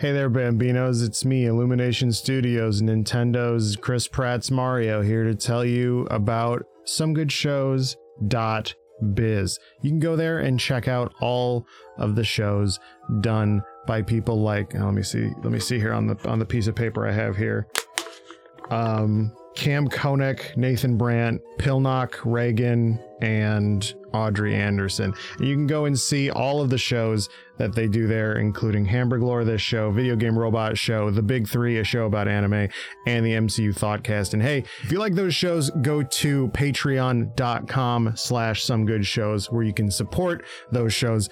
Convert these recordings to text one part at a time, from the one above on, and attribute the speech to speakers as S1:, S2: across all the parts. S1: Hey there, Bambinos. It's me, Illumination Studios, Nintendo's Chris Pratt's Mario, here to tell you about somegoodshows.biz. You can go there and check out all of the shows done by people like oh, let me see let me see here on the on the piece of paper I have here. Um Cam Koenig, Nathan Brandt, Pilnock, Reagan, and Audrey Anderson. And you can go and see all of the shows that they do there, including Hamburg Lore, this show, Video Game Robot Show, The Big Three, a show about anime, and the MCU Thoughtcast. And hey, if you like those shows, go to patreon.com slash some good shows where you can support those shows.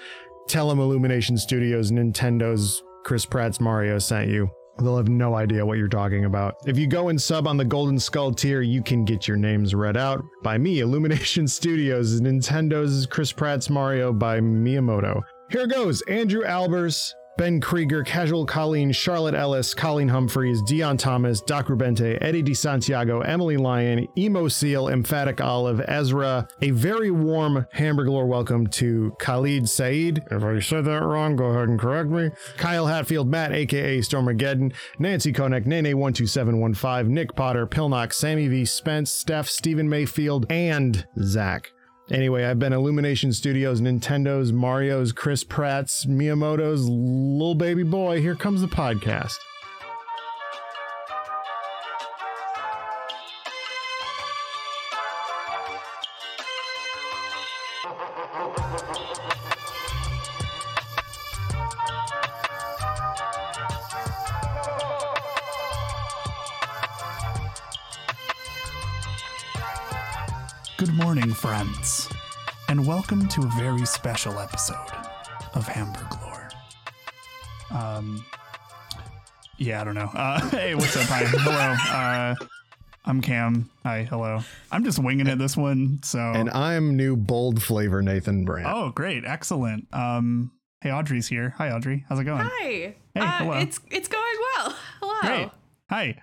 S1: Tell them Illumination Studios, Nintendo's Chris Pratt's Mario sent you. They'll have no idea what you're talking about. If you go and sub on the Golden Skull tier, you can get your names read out by me, Illumination Studios, Nintendo's Chris Pratt's Mario by Miyamoto. Here goes Andrew Albers, Ben Krieger, Casual Colleen, Charlotte Ellis, Colleen Humphreys, Dion Thomas, Doc Rubente, Eddie DeSantiago, Emily Lyon, Emo Seal, Emphatic Olive, Ezra. A very warm Hamburg Lore welcome to Khalid Said. If I said that wrong, go ahead and correct me. Kyle Hatfield, Matt, aka Stormageddon, Nancy Konek, Nene12715, Nick Potter, Pilnock, Sammy V. Spence, Steph, Stephen Mayfield, and Zach. Anyway, I've been Illumination Studios, Nintendo's, Mario's, Chris Pratt's, Miyamoto's, little baby boy. Here comes the podcast.
S2: Good morning, friends, and welcome to a very special episode of Hamburg Lore. Um, yeah, I don't know. Uh, hey, what's up? Hi, hello. Uh, I'm Cam. Hi, hello. I'm just winging it this one. So,
S1: And I'm new bold flavor Nathan Brandt.
S2: oh, great, excellent. Um, hey, Audrey's here. Hi, Audrey. How's it going?
S3: Hi.
S2: Hey,
S3: Uh,
S2: hello.
S3: It's it's going well. Hello.
S2: Great. Hi.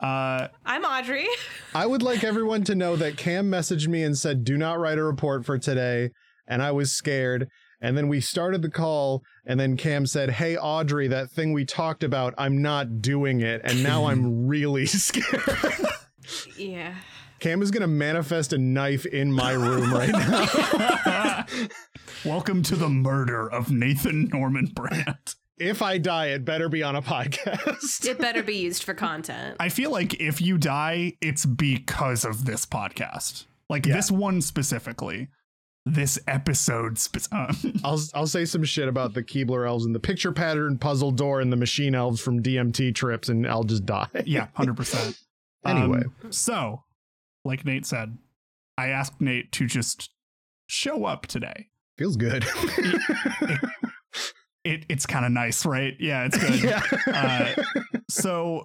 S2: Uh,
S3: I'm Audrey.
S1: I would like everyone to know that Cam messaged me and said, do not write a report for today. And I was scared. And then we started the call. And then Cam said, hey, Audrey, that thing we talked about, I'm not doing it. And now I'm really scared.
S3: Yeah.
S1: Cam is going to manifest a knife in my room right now.
S2: welcome to the murder of Nathan Norman Brandt.
S1: if I die, it better be on a podcast.
S3: It better be used for content.
S2: I feel like if you die, it's because of this podcast. Like
S1: Yeah.
S2: this one specifically, this episode. Spe- um,
S1: I'll I'll say some shit about the Keebler elves and the picture pattern puzzle door and the machine elves from DMT trips, and I'll just die.
S2: yeah, hundred percent. Um,
S1: Anyway.
S2: so like Nate said, I asked Nate to just show up today.
S1: Feels good.
S2: It it's kind of nice, right? Yeah, it's good.
S1: yeah.
S2: Uh, so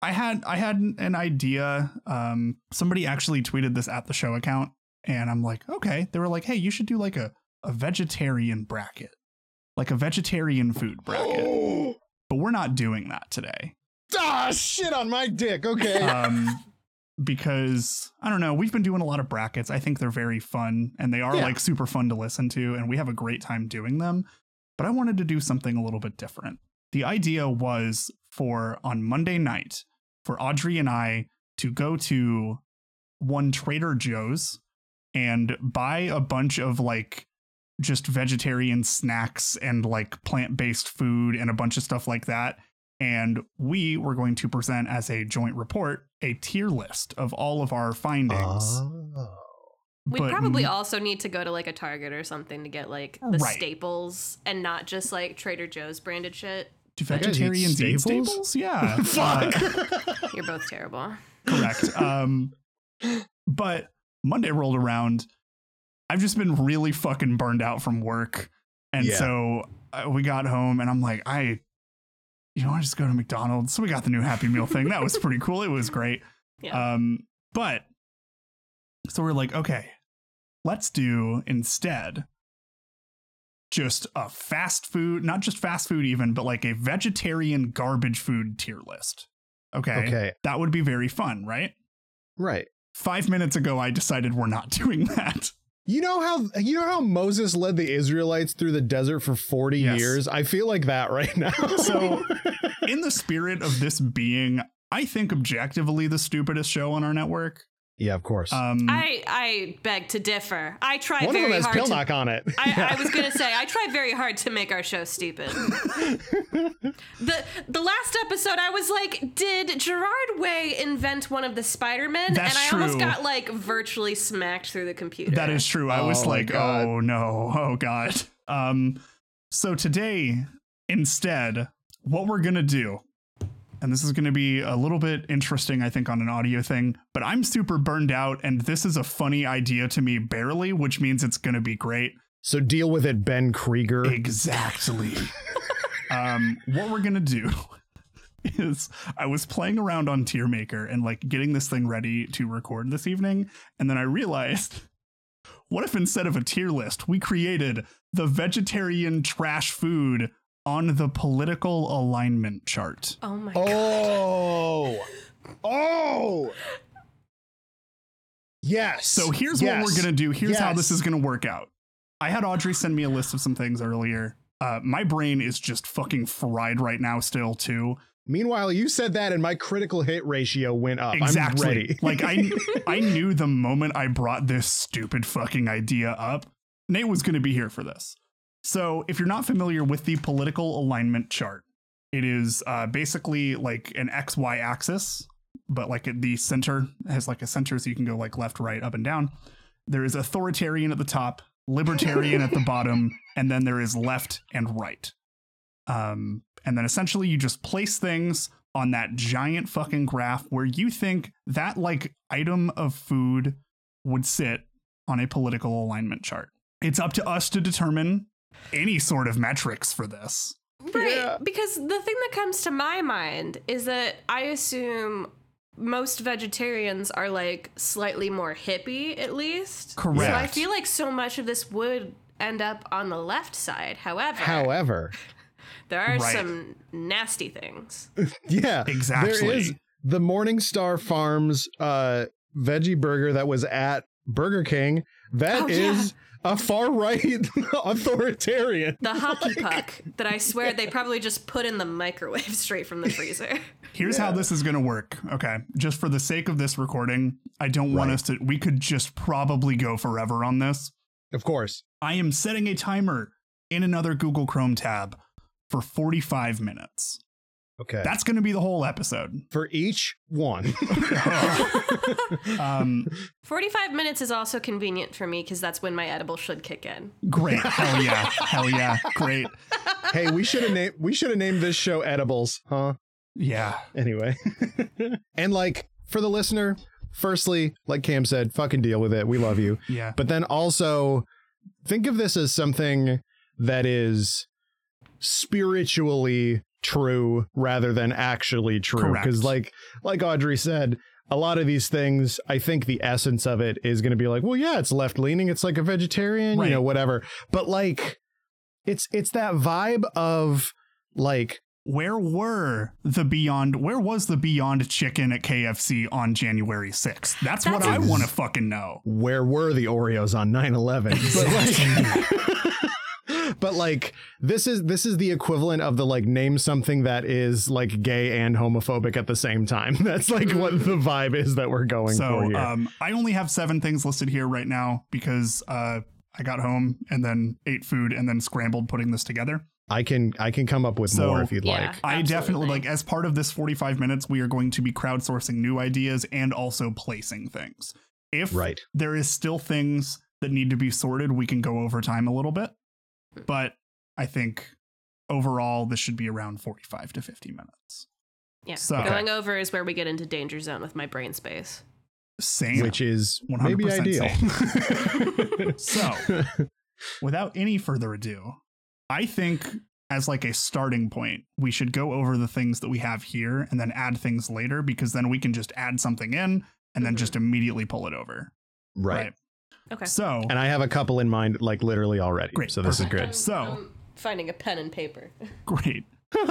S2: I had I had an idea. Um, somebody actually tweeted this at the show account, and I'm like, okay. They were like, hey, you should do like a a vegetarian bracket, like a vegetarian food bracket.
S1: oh,
S2: But we're not doing that today,
S1: ah, shit on my dick. Okay.
S2: um, because I don't know. We've been doing a lot of brackets. I think they're very fun, and they are
S1: Yeah.
S2: like super fun to listen to, and we have a great time doing them. But I wanted to do something a little bit different. the idea was for on Monday night for Audrey and I to go to one Trader Joe's and buy a bunch of like just vegetarian snacks and like plant based food and a bunch of stuff like that. And we were going to present as a joint report a tier list of all of our findings.
S1: Oh.
S3: we
S2: but-
S3: probably also need to go to like a Target or something to get like the
S2: Right.
S3: staples and not just like Trader Joe's branded shit.
S2: Do
S1: guys eat
S2: vegetarians eat
S1: staples?
S2: staples? Yeah. Uh,
S1: Fuck.
S3: You're both terrible.
S2: correct. Um, but Monday rolled around. I've just been really fucking burned out from work, and
S1: Yeah.
S2: so uh, we got home, and I'm like, I, you know, I just go to McDonald's. So we got the new Happy Meal thing. That was pretty cool. It was great.
S3: Yeah.
S2: Um, but so we're like, okay, let's do instead just a fast food, not just fast food even, but like a vegetarian garbage food tier list. Okay.
S1: okay.
S2: That would be very fun, right?
S1: Right.
S2: Five minutes ago, I decided we're not doing that.
S1: You know how you know how Moses led the Israelites through the desert for 40
S2: Yes.
S1: years? I feel like that right now.
S2: So, in the spirit of this being, I think objectively the stupidest show on our network.
S1: yeah, of course.
S2: Um,
S3: I I beg to differ. I try
S1: One of
S3: very
S1: them has
S3: hard. To,
S1: Pilnock on it.
S3: I, I was gonna say I try very hard to make our show stupid. the The last episode, I was like, did Gerard Way invent one of the Spider Men? And
S2: That's
S3: I almost
S2: true.
S3: got like virtually smacked through the computer.
S2: That is true. I
S1: Oh
S2: was
S1: my
S2: like,
S1: God.
S2: oh no, oh god. Um, so today, instead, what we're gonna do, and this is gonna be a little bit interesting, I think, on an audio thing, but I'm super burned out, and this is a funny idea to me, barely, which means it's gonna be great.
S1: so deal with it, Ben Krieger.
S2: Exactly. um, what we're gonna do is I was playing around on Tier Maker and like getting this thing ready to record this evening, and then I realized, what if instead of a tier list, we created the vegetarian trash food on the political alignment chart?
S3: Oh my god.
S1: Oh. Oh. Yes.
S2: So here's what
S1: Yes.
S2: we're gonna do. Here's how
S1: Yes.
S2: this is gonna work out. I had Audrey send me a list of some things earlier. Uh, my brain is just fucking fried right now, still too.
S1: Meanwhile, you said that and my critical hit ratio went up.
S2: Exactly.
S1: I'm ready.
S2: like I I knew the moment I brought this stupid fucking idea up, Nate was going to be here for this. So, if you're not familiar with the political alignment chart, it is uh, basically like an XY axis, but like at the center has like a center so you can go like left, right, up and down. There is authoritarian at the top, libertarian at the bottom, and then there is left and right. Um, and then essentially you just place things on that giant fucking graph where you think that like item of food would sit on a political alignment chart. It's up to us to determine any sort of metrics for this.
S3: Right.
S1: Yeah.
S3: Because the thing that comes to my mind is that I assume most vegetarians are like slightly more hippie at least. So I
S2: Correct.
S3: feel like so much of this would end up on the left side. However,
S1: However,
S3: there are
S2: Right.
S3: some nasty things.
S1: yeah,
S2: Exactly.
S1: There is the Morningstar Farms uh, veggie burger that was at Burger King. That
S3: Oh,
S1: is
S3: yeah.
S1: a far right authoritarian.
S3: The hockey puck that I swear they probably just put in the microwave straight from the freezer.
S2: Here's how this is going to work. Okay. Just for the sake of this recording, I don't want
S1: Right.
S2: us to, we could just probably go forever on this.
S1: Of course.
S2: I am setting a timer in another Google Chrome tab for 45 minutes.
S1: Okay.
S2: That's going to be the whole episode.
S1: For each one.
S2: um,
S3: 45 minutes is also convenient for me because that's when my edible should kick in.
S2: great. Hell yeah. Hell yeah. Great.
S1: hey, we should have named we should have named this show Edibles, huh?
S2: Yeah.
S1: anyway. and like for the listener, firstly, like Cam said, fucking deal with it. We love you.
S2: Yeah.
S1: But then also think of this as something that is spiritually true rather than actually true
S2: Correct.
S1: because like like Audrey said, a lot of these things, I think the essence of it is going to be like, well, yeah, it's left leaning, it's like a vegetarian,
S2: Right.
S1: you know, whatever. But like it's it's that vibe of like
S2: Where were the Beyond? Where was the Beyond Chicken at KFC on January 6th? That's, what
S3: That's
S2: I
S3: a-
S2: want to fucking know.
S1: where were the Oreos on 9-11? But like, but like this is this is the equivalent of the like name something that is like gay and homophobic at the same time. That's like what the vibe is that we're going for
S2: So
S1: here.
S2: um, I only have seven things listed here right now because uh, I got home and then ate food and then scrambled putting this together.
S1: I can I can come up with
S2: so- Uh,
S1: more if you'd
S3: Yeah.
S1: like.
S2: I definitely
S3: Absolutely.
S2: like as part of this 45 minutes, we are going to be crowdsourcing new ideas and also placing things. If
S1: Right.
S2: there is still things that need to be sorted, we can go over time a little bit. But I think overall this should be around 45 to 50 minutes.
S3: Yeah.
S2: So-
S3: Going over is where we get into danger zone with my brain space.
S2: Same.
S1: Which is
S2: 100%
S1: maybe ideal.
S2: so without any further ado, I think as like a starting point, we should go over the things that we have here and then add things later because then we can just add something in and then just immediately pull it over.
S1: right.
S3: Okay.
S2: So
S1: And I have a couple in mind like literally already.
S2: Great.
S1: So this
S2: Perfect.
S1: is
S3: I'm-
S1: good.
S2: So-
S3: I'm finding a pen and paper.
S2: great.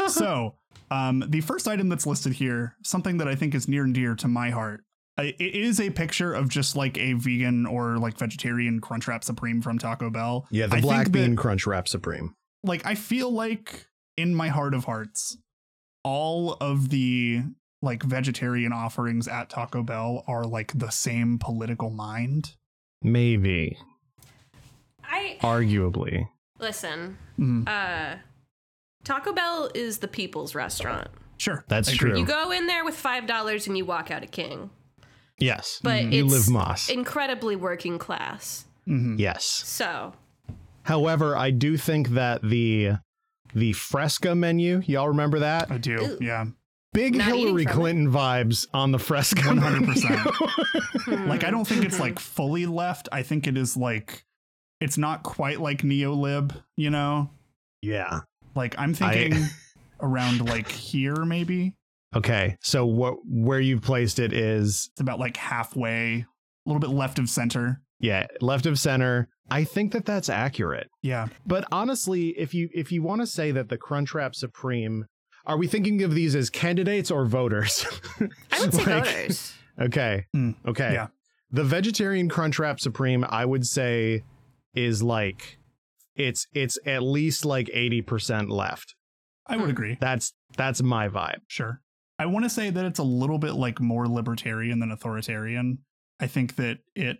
S2: so um, the first item that's listed here, something that I think is near and dear to my heart, I- It is a picture of just like a vegan or like vegetarian Crunchwrap Supreme from Taco Bell.
S1: Yeah, the
S2: I think
S1: black bean
S2: that-
S1: crunch wrap supreme.
S2: like I feel like in my heart of hearts, all of the like vegetarian offerings at Taco Bell are like the same political mind.
S1: Maybe,
S3: I
S1: arguably.
S3: listen.
S2: Mhm.
S3: Uh, Taco Bell is the people's restaurant.
S2: Sure,
S1: That's
S2: I agree.
S1: true.
S3: You go in there with five dollars and you walk out a king,
S1: Yes.
S3: but
S1: you
S3: it's
S1: live Moss.
S3: incredibly working class.
S2: Mhm.
S1: yes.
S3: So
S1: However, I do think that the the Fresca menu, y'all remember that?
S2: I do.
S3: Ooh.
S2: Yeah,
S1: Big
S3: Not eating
S1: Hillary
S3: from it.
S1: Clinton vibes on the Fresca.
S2: one
S1: menu.
S2: hundred percent.
S3: Mm.
S2: Like I don't think it's like fully left. I think it is like it's not quite like neolib. You know,
S1: Yeah.
S2: like I'm
S1: I-
S2: thinking around like here maybe.
S1: Okay. So what where you've placed it is
S2: It's about like halfway, a little bit left of center.
S1: yeah, left of center. I think that that's accurate.
S2: Yeah.
S1: But honestly, if you if you want to say that the Crunchwrap Supreme, are we thinking of these as candidates or voters?
S3: I would say
S1: Like,
S3: voters.
S1: Okay.
S2: Mm.
S1: Okay.
S2: Yeah.
S1: The vegetarian Crunchwrap Supreme, I would say, is like it's it's at least like eighty percent left.
S2: I would agree.
S1: That's that's my vibe.
S2: Sure. I want to say that it's a little bit like more libertarian than authoritarian. I think that it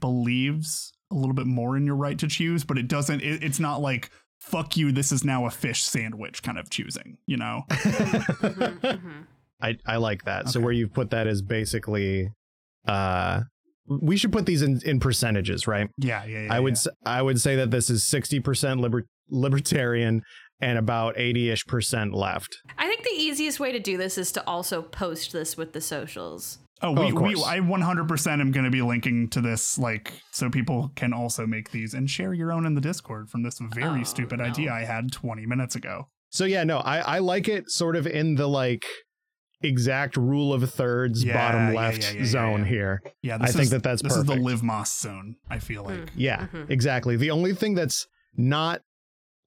S2: believes a little bit more in your right to choose, but it doesn't, it, it's not like, fuck you, this is now a fish sandwich kind of choosing, you know?
S3: Mhm, mhm.
S1: I I like that. So
S2: Okay.
S1: where you've put that is basically, uh, we should put these in in percentages, right?
S2: Yeah, yeah, yeah.
S1: I would s-
S2: yeah.
S1: I would say that this is sixty percent liber- libertarian and about eighty ish percent left.
S3: I think the easiest way to do this is to also post this with the socials.
S2: Oh,
S1: Oh,
S2: we,
S1: of
S2: we,
S1: course.
S2: I 100% am going to be linking to this, like, so people can also make these and share your own in the Discord from this very
S3: Oh,
S2: stupid
S3: no.
S2: idea I had 20 minutes ago.
S1: So yeah, no, I I like it sort of in the like exact rule of thirds
S2: Yeah,
S1: bottom
S2: yeah,
S1: left
S2: yeah, yeah, yeah,
S1: zone
S2: yeah.
S1: here.
S2: Yeah,
S1: I
S2: this
S1: think
S2: is,
S1: that that's
S2: this is the
S1: perfect.
S2: live moss zone, I feel like.
S1: Yeah,
S3: Mhm.
S1: exactly. The only thing that's not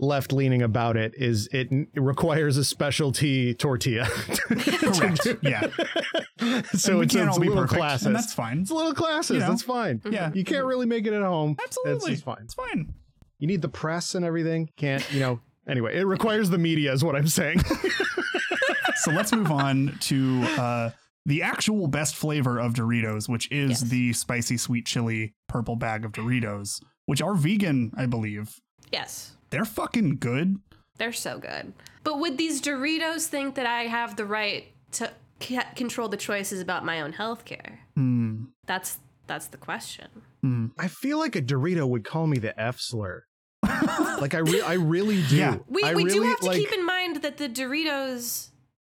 S1: left leaning about it is it, n- it requires a specialty tortilla.
S2: Correct. yeah. And
S1: so
S2: we
S1: it's,
S2: can't
S1: it's
S2: all
S1: a
S2: be
S1: little
S2: perfect,
S1: classes.
S2: And that's fine.
S1: it's a little classes.
S2: You know?
S1: That's fine.
S3: Mm-hmm.
S2: Yeah.
S1: You can't really make it at home. It's-
S2: Absolutely.
S1: It's fine.
S2: It's fine.
S1: You need the press and everything. Can't, you know. Anyway, it requires the media is what I'm saying.
S2: So let's move on to uh, the actual best flavor of Doritos, which is
S3: Yes.
S2: the spicy sweet chili purple bag of Doritos, which are vegan, I believe.
S3: Yes.
S2: They're fucking good.
S3: They're so good. But would these Doritos think that I have the right to c- control the choices about my own health care?
S2: Hmm.
S3: That's that's the question.
S2: Hmm.
S1: I feel like a Dorito would call me the F slur. like I, re- I really do.
S2: Yeah.
S3: We,
S1: I
S3: we do
S1: really,
S3: have to
S1: like-
S3: keep in mind that the Doritos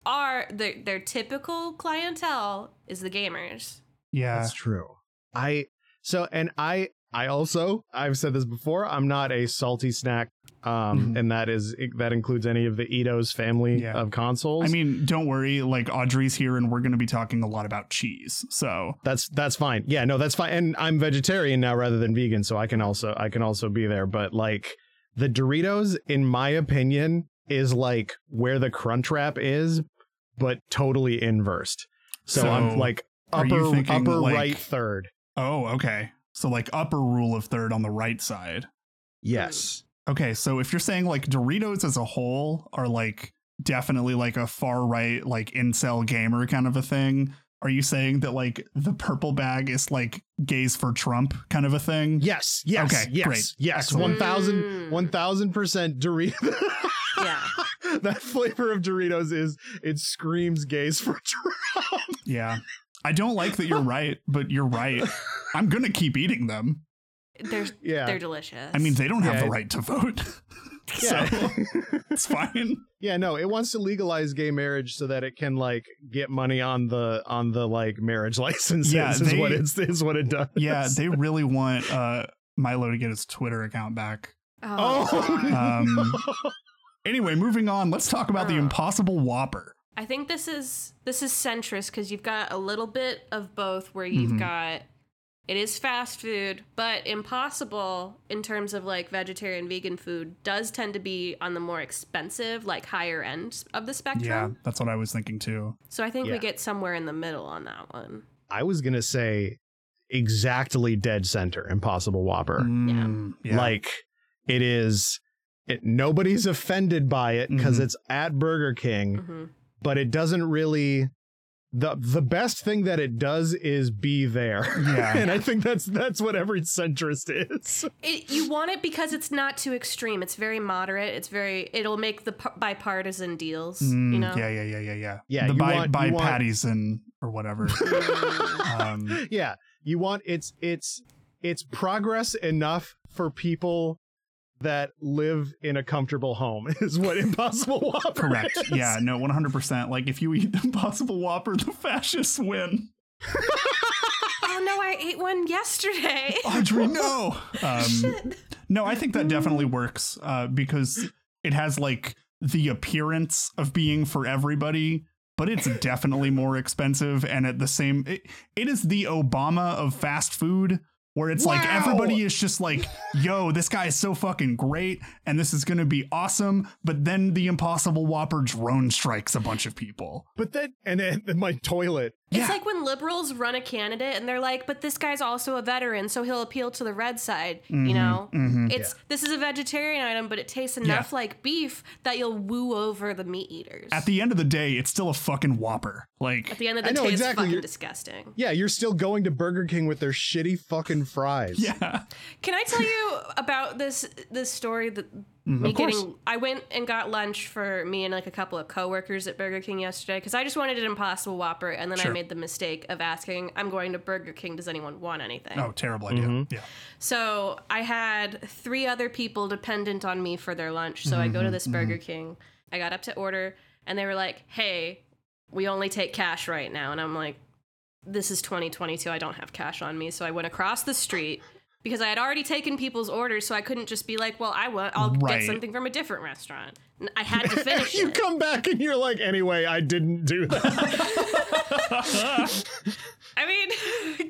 S3: are their their typical clientele is the gamers.
S2: Yeah.
S1: That's true. I so and I I also I've said this before. I'm not a salty snack, um,
S2: Mhm.
S1: and that is that includes any of the Ito's family
S2: Yeah.
S1: of consoles.
S2: I mean, don't worry. Like Audrey's here, and we're going to be talking a lot about cheese. So
S1: that's that's fine. Yeah, no, that's fine. And I'm vegetarian now rather than vegan, so I can also I can also be there. But like the Doritos, in my opinion, is like where the Crunch Wrap is, but totally inversed. So,
S2: So,
S1: I'm like
S2: are you
S1: upper
S2: thinking,
S1: upper
S2: like-
S1: right third.
S2: oh, okay. So like upper rule of third on the right side.
S1: Yes.
S2: Okay, so if you're saying like Doritos as a whole are like definitely like a far right like incel gamer kind of a thing, are you saying that like the purple bag is like gays for Trump kind of a thing?
S1: Yes. Yes.
S2: Okay,
S1: yes.
S2: great.
S1: Yes.
S2: Excellent.
S1: One thousand.
S3: Mm.
S1: One thousand percent Doritos.
S3: Yeah.
S1: that flavor of Doritos is it screams gays for Trump.
S2: Yeah. I don't like that you're right, but you're right. I'm gonna keep eating them.
S3: They're
S1: Yeah,
S3: they're delicious.
S2: I mean, they don't have
S1: Yeah,
S2: the
S1: it-
S2: right to vote,
S1: yeah,
S2: so it's fine.
S1: yeah. No, it wants to legalize gay marriage so that it can like get money on the on the like marriage licenses.
S2: Yeah,
S1: is
S2: they-
S1: what it's is what it does.
S2: Yeah, they really want uh, Milo to get his Twitter account back.
S3: oh,
S1: Oh,
S3: God.
S2: Um,
S1: no.
S2: Anyway, moving on. Let's talk about the
S3: Uh.
S2: Impossible Whopper.
S3: I think this is this is centrist because you've got a little bit of both where you've
S2: Mhm.
S3: got it is fast food, but impossible in terms of like vegetarian vegan food does tend to be on the more expensive, like higher end of the
S2: Yeah,
S3: spectrum.
S2: that's what I was thinking too.
S3: So I think
S1: Yeah.
S3: we get somewhere in the middle on that one.
S1: I was gonna say exactly dead center, Impossible Whopper.
S2: Mm, yeah.
S1: Like it is. It, nobody's offended by it because
S2: Mhm.
S1: it's at Burger
S2: Mm.
S1: King,
S3: Mhm.
S1: but it doesn't really. the The best thing that it does is be there,
S2: Yeah.
S1: and I think that's that's what every centrist is.
S3: It, you want it because it's not too extreme. It's very moderate. It's very. It'll make the par- bipartisan deals.
S2: Mm,
S3: you know.
S2: Yeah, yeah, yeah, yeah, yeah.
S1: Yeah,
S2: the
S1: you
S2: by,
S1: want-
S2: by
S1: you want-
S2: patties and or whatever. um,
S1: yeah you want it's it's it's progress enough for people that live in a comfortable home is what impossible whopper
S2: correct.
S1: is.
S2: Yeah, no, one hundred percent. Like if you eat the Impossible Whopper, the fascists win.
S3: Oh no, I ate one yesterday.
S2: Audrey, no. Um, no, I think that definitely works uh, because it has like the appearance of being for everybody, but it's definitely more expensive. And at the same, it, it is the Obama of fast food. Where it's like
S1: Wow.
S2: everybody is just like, yo, this guy is so fucking great and this is gonna be awesome. But then the impossible whopper drone strikes a bunch of people.
S1: but then and then my toilet
S2: Yeah.
S3: It's like when liberals run a candidate and they're like, "But this guy's also a veteran, so he'll appeal to the red side."
S2: Mm-hmm,
S3: you know, it's this is a vegetarian item, but it tastes enough like beef that you'll woo over the meat eaters.
S2: At the end of the day, it's still a fucking whopper. Like
S3: At the end of
S1: I
S3: the
S1: know
S3: day, it's
S1: exactly.
S3: fucking
S1: You're-
S3: disgusting.
S1: yeah you're still going to burger king with their shitty fucking fries
S2: Yeah.
S3: Can I tell you about this this story that me
S2: Mm-hmm. Of course.
S3: getting? I went and got lunch for me and like a couple of coworkers at Burger King yesterday because I just wanted an Impossible Whopper, and then
S2: Sure.
S3: I made the mistake of asking, "I'm going to Burger King. Does anyone want anything?"
S2: Oh, terrible idea. Yeah.
S3: So I had three other people dependent on me for their lunch. So I go to this Burger King. I got up to order, and they were like, "Hey, we only take cash right now." And I'm like, "This is 2022. I don't have cash on me." So I went across the street because I had already taken people's orders, so I couldn't just be like, "Well, I want. I'll
S2: Right.
S3: get something from a different restaurant." N- I had to finish
S1: you
S3: it.
S1: come back and you're like anyway i didn't do that
S3: I mean,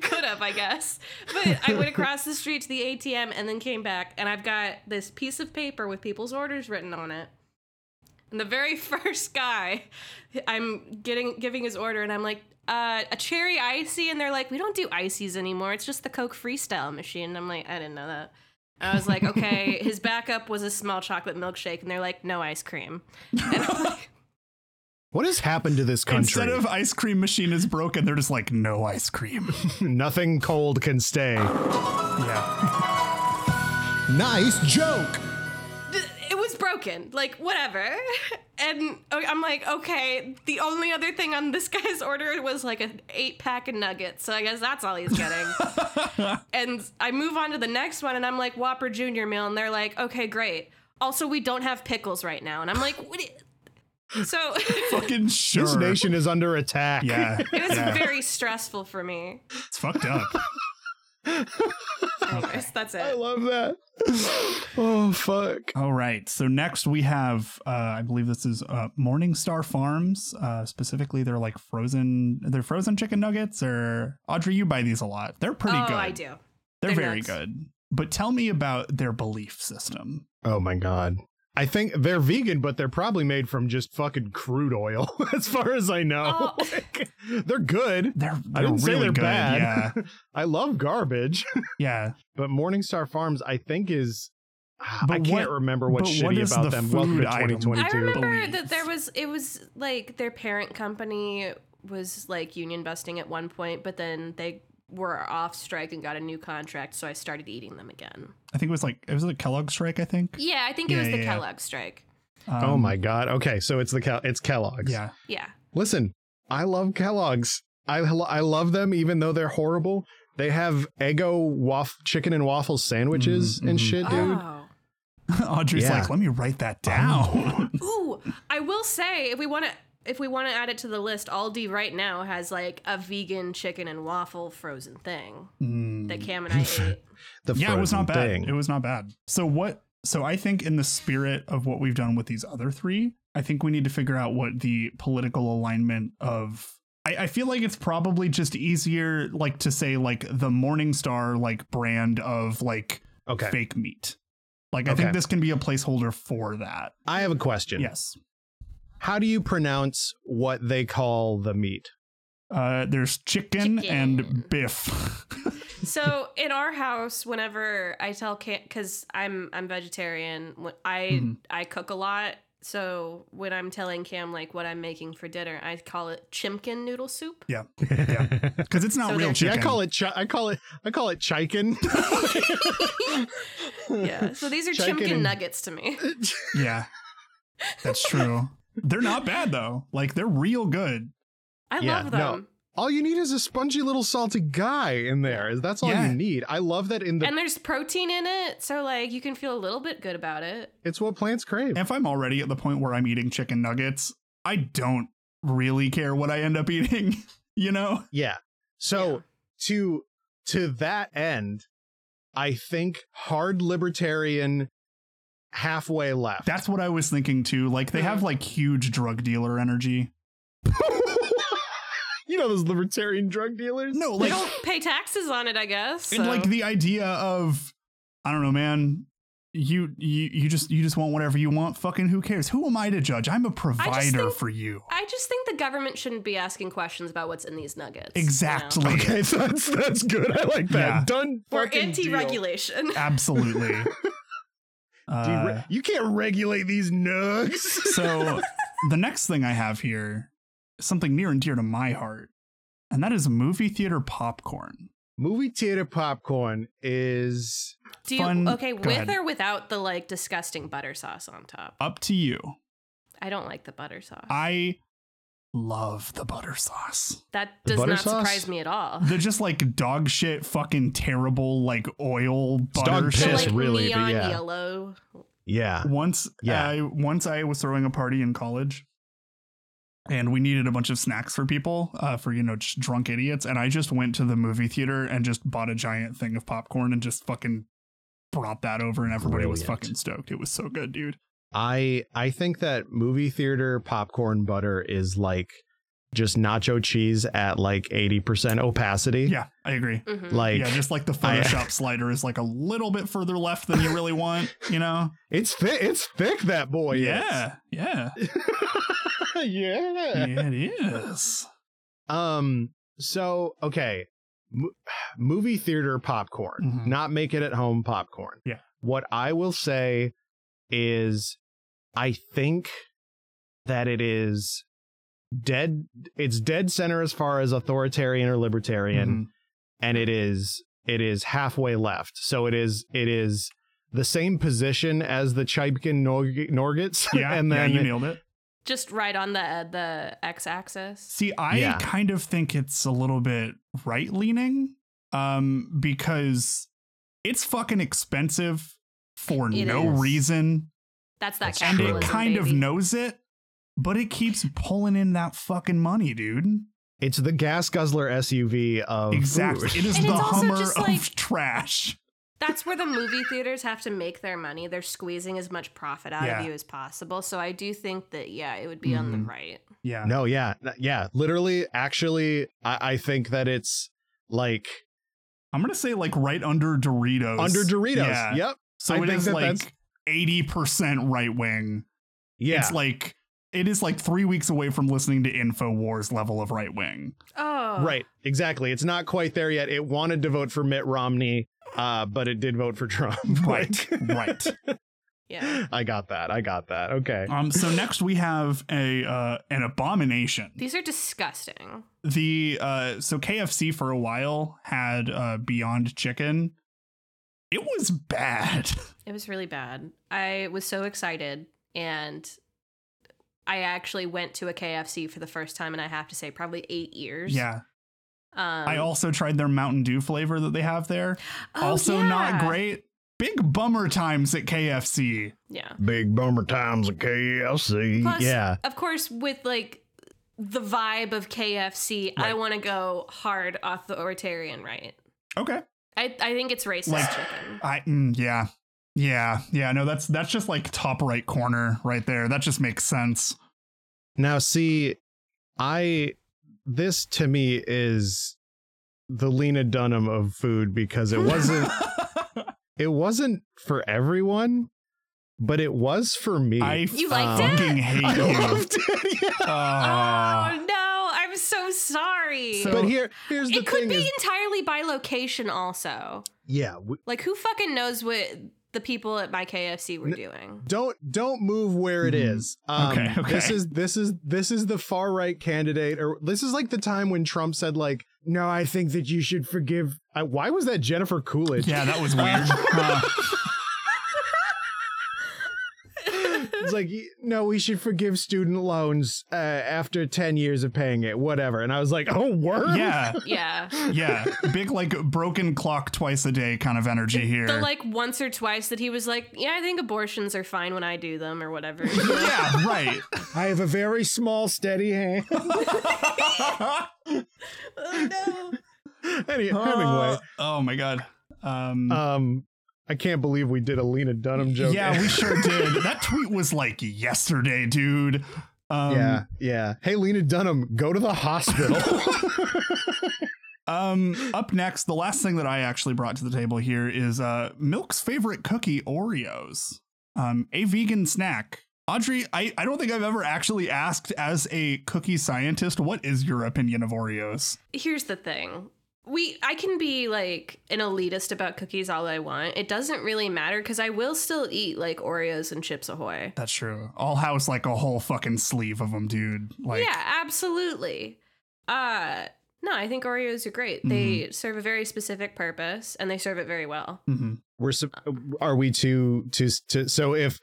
S3: could have, I guess. But I went across the street to the ATM and then came back, and I've got this piece of paper with people's orders written on it. And the very first guy, I'm getting giving his order, and I'm like, uh, a cherry icy, and they're like, we don't do ices anymore. It's just the Coke Freestyle machine. And I'm like, I didn't know that. I was like, okay. His backup was a small chocolate milkshake, and they're like, no ice cream. And I'm like,
S1: what has happened to this country
S2: Instead of ice cream machine is broken, they're just like no ice cream.
S1: nothing cold can stay
S2: yeah.
S1: nice joke
S3: th- it was broken like whatever and uh, i'm like okay the only other thing on this guy's order was like an eight pack of nuggets so i guess that's all he's getting and i move on to the next one and i'm like whopper junior meal and they're like okay great also we don't have pickles right now and i'm like what i- so it
S2: Fucking sure.
S1: this nation is under attack
S2: Yeah.
S3: was
S2: yeah.
S3: very stressful for me
S2: it's fucked up.
S3: Anyways, that's
S1: i
S3: it
S1: love that oh fuck
S2: All right. So next we have, uh, I believe this is uh, Morningstar Farms. Uh, specifically, they're like frozen. They're frozen chicken nuggets. Or Audrey, you buy these a lot. They're pretty
S3: oh
S2: good.
S3: i do
S2: They're,
S3: They're
S2: very
S3: nuts.
S2: good. But tell me about their belief system.
S1: Oh my god. I think they're vegan, but they're probably made from just fucking crude oil, as far as I know.
S3: Oh.
S1: Like, they're good.
S2: They're,
S1: I
S2: they're
S1: didn't say
S2: really
S1: they're
S2: good.
S1: bad. I love garbage,
S2: Yeah. Yeah.
S1: but Morningstar Farms, I think, is. I
S2: But
S1: can't
S2: what-
S1: remember what's
S2: but
S1: shitty
S2: what is
S1: about
S2: the
S1: them. Welcome to
S2: food item?
S3: I
S1: 2022.
S3: remember
S2: believe.
S3: that there was it was like their parent company was like union busting at one point, but then they were off strike and got a new contract, so I started eating them again.
S2: I think it was like it was a Kellogg strike. I think.
S3: Yeah, I think it
S2: Yeah,
S3: was the
S2: yeah, yeah.
S3: Kellogg strike.
S1: oh
S2: Um,
S1: my god. Okay, so it's the Kel- it's Kellogg's.
S2: Yeah.
S3: Yeah.
S1: Listen, I love Kellogg's. I lo- I love them even though they're horrible. They have Eggo waff- chicken and waffle sandwiches
S2: Mhm,
S1: and
S2: mhm.
S1: shit, dude.
S3: Oh.
S2: Audrey's
S1: Yeah. Oh.
S2: like, let me write that down.
S3: Ooh, I will say if we want to if we want to add it to the list, Aldi right now has like a vegan chicken and waffle frozen thing
S2: Mm.
S3: that Cam and I ate.
S1: The
S2: yeah, it was
S1: frozen
S2: not bad.
S1: thing.
S2: It was not bad. So what? So I think in the spirit of what we've done with these other three, I think we need to figure out what the political alignment of. I, I feel like it's probably just easier, like to say like the Morningstar like brand of like
S1: okay.
S2: fake meat. Like I
S1: Okay.
S2: think this can be a placeholder for that.
S1: I have a question.
S2: Yes.
S1: How do you pronounce what they call the meat?
S2: Uh, there's chicken,
S3: Chicken.
S2: and biff.
S3: So in our house, whenever I tell because I'm I'm vegetarian, wh- I
S2: Mhm.
S3: I cook a lot. So when I'm telling Cam like what I'm making for dinner, I call it chimkin noodle soup.
S2: yeah,
S1: yeah.
S2: because it's not
S3: So
S2: real
S3: they're-
S1: See,
S2: chicken.
S1: I call it chi- I call it I call it chicken.
S3: Yeah. So these are
S1: Chicken
S3: chimkin
S1: and-
S3: nuggets to me.
S2: Yeah, that's true. they're not bad though. Like they're real good.
S3: I
S1: Yeah,
S3: love
S1: no.
S3: them.
S1: all you need is a spongy little salty guy in there. That's all
S2: Yeah.
S1: you need. I love that in the
S3: And there's protein in it, so like you can feel a little bit good about it.
S1: it's what plants crave.
S2: If I'm already at the point where I'm eating chicken nuggets, I don't really care what I end up eating. You know?
S1: Yeah. So
S3: Yeah.
S1: to to that end, I think hard libertarian halfway left.
S2: That's what I was thinking too. Like they have like huge drug dealer energy.
S1: you know those libertarian drug dealers?
S2: No, like
S3: They don't pay taxes on it, I guess.
S2: and
S3: so-
S2: like the idea of I don't know, man. You you you just you just want whatever you want. Fucking who cares? Who am I to judge? I'm a provider
S3: think-
S2: for you.
S3: I just think the government shouldn't be asking questions about what's in these nuggets. you know?
S2: Exactly.
S1: Okay, that's that's good. I like that.
S2: Yeah.
S1: Done.
S3: Or
S1: fucking deal.
S3: anti-regulation.
S2: Absolutely.
S1: Do you,
S2: Uh,
S1: re- you can't regulate these nugs.
S2: so the next thing I have here, something near and dear to my heart, and that is movie theater popcorn.
S1: Movie theater popcorn is
S3: Do you
S2: Fun-
S3: okay
S2: go
S3: with
S2: ahead.
S3: or without the like disgusting butter sauce on top?
S2: Up to you.
S3: I don't like the butter sauce.
S2: I love the butter sauce.
S3: that
S1: The
S3: does
S1: butter
S3: not
S1: sauce?
S3: surprise me at all.
S2: They're just like dog shit, fucking terrible, like oil butter
S1: dog
S3: The,
S1: piss,
S2: shit.
S3: like
S1: really, but
S3: neon
S1: yeah.
S3: yellow.
S1: yeah.
S2: once
S1: Yeah.
S2: I once I was throwing a party in college and we needed a bunch of snacks for people uh, for you know just drunk idiots and I just went to the movie theater and just bought a giant thing of popcorn and just fucking brought that over and everybody was
S1: Brilliant.
S2: fucking stoked. It was so good, dude.
S1: I I think that movie theater popcorn butter is like just nacho cheese at like 80% opacity.
S2: Yeah, I agree.
S3: Mhm.
S1: Like
S2: yeah, just like the
S1: I-
S2: Photoshop slider is like a little bit further left than you really want, you know?
S1: it's thick it's thick that boy. is.
S2: yeah, yeah,
S1: yeah.
S2: yeah, it is.
S1: Um so okay, Mo- movie theater popcorn,
S2: Mhm.
S1: not make it at home popcorn.
S2: Yeah.
S1: What I will say is I think that it is dead it's dead center as far as authoritarian or libertarian.
S2: Mhm.
S1: and it is it is halfway left. So it is it is the same position as the Chipkin Norg- Norgets,
S2: Mm-hmm. Yeah,
S1: and
S2: yeah,
S1: then
S2: you nailed it.
S3: Just right on the uh, the x-axis.
S2: See, I
S1: Yeah.
S2: kind of think it's a little bit right leaning um, because it's fucking expensive for
S3: It
S2: no
S1: is.
S2: reason.
S3: That's that
S1: That's
S2: And
S1: true.
S2: it
S3: capitalism.
S2: kind of
S3: baby.
S2: knows it, but it keeps pulling in that fucking money, dude.
S1: it's the gas guzzler SUV of
S2: exactly.
S1: food.
S2: It is
S3: And
S2: the
S3: it's also
S2: Hummer
S3: just
S2: of
S3: like-
S2: trash.
S3: That's where the movie theaters have to make their money. They're squeezing as much profit out
S2: Yeah.
S3: of you as possible. So I do think that yeah, it would be on the
S2: Mhm.
S3: right.
S2: Yeah.
S1: No, yeah, n- yeah. Literally, actually, I, I think that it's like
S2: I'm going to say like right under Doritos.
S1: under Doritos.
S2: Yeah.
S1: Yep.
S2: So
S1: I
S2: it
S1: think
S2: is
S1: that
S2: like
S1: that's-
S2: 80% right wing.
S1: Yeah.
S2: It's like it is like three weeks away from listening to InfoWars level of right wing.
S3: Oh.
S1: right. Exactly. It's not quite there yet. It wanted to vote for Mitt Romney, uh, but it did vote for Trump.
S2: Right. right.
S3: Yeah.
S1: I got that. I got that. Okay.
S2: Um, so next we have a uh, an abomination.
S3: These are disgusting.
S2: The uh, so KFC for a while had uh, Beyond Chicken. It was bad.
S3: It was really bad. I was so excited and I actually went to a KFC for the first time and I have to say probably 8 years.
S2: yeah.
S3: Um
S2: I also tried their Mountain Dew flavor that they have there.
S3: oh,
S2: also not
S3: yeah.
S2: great. Big bummer times at KFC.
S3: Yeah.
S1: Big bummer times of KFC.
S3: Plus,
S1: yeah.
S3: Of course with like the vibe of KFC, I
S2: Right.
S3: want to go hard authoritarian, right?
S2: Okay.
S3: I I think it's racist
S2: Like-
S3: chicken.
S2: I mm, yeah. Yeah. Yeah, no that's that's just like top right corner right there. That just makes sense.
S1: Now, see, I this to me is the Lena Dunham of food because it wasn't it wasn't for everyone, but it was for me.
S2: I
S3: You
S1: Um,
S3: liked it?
S2: fucking hate
S1: I
S2: you. Ah.
S1: loved it. yeah.
S2: Oh.
S3: oh no, I'm I'm so sorry.
S2: So-
S1: but here, here's the
S3: it could
S1: thing:
S3: be
S1: is,
S3: entirely by location, also.
S1: yeah, we,
S3: Like, who fucking knows what the people at my KFC were doing?
S1: don't don't move where it
S2: Mhm.
S1: is. Um,
S2: Okay, okay.
S1: This is this is this is the far right candidate, or this is like the time when Trump said like, "No, I think that you should forgive." I, why was that Jennifer Coolidge?
S2: Yeah, that was weird. Uh, Huh.
S1: It's like, y- no, we should forgive student loans uh, after ten years of paying it, whatever. And I was like, oh, word.
S2: yeah,
S3: yeah.
S2: yeah. Big like broken clock twice a day kind of energy here.
S3: The like once or twice that he was like, yeah, I think abortions are fine when I do them or whatever.
S2: yeah, right.
S1: I have a very small, steady hand.
S3: oh no.
S1: Any, Hemingway.
S2: Oh my god. Um,
S1: Um, I can't believe we did a Lena Dunham joke.
S2: Yeah, we sure did. That tweet was like yesterday, dude. Um,
S1: yeah, yeah. Hey, Lena Dunham, go to the hospital.
S2: Um, up next, the last thing that I actually brought to the table here is uh, Milk's favorite cookie, Oreos. Um, a vegan snack. Audrey, I, I don't think I've ever actually asked as a cookie scientist, what is your opinion of Oreos?
S3: Here's the thing. We I can be like an elitist about cookies all I want. It doesn't really matter because I will still eat like Oreos and Chips Ahoy.
S2: That's true. I'll house like a whole fucking sleeve of them, dude. Like,
S3: yeah, absolutely. Uh no, I think Oreos are great.
S2: Mm-hmm.
S3: They serve a very specific purpose and they serve it very well.
S2: mhm.
S1: We're sup- are we to to to so if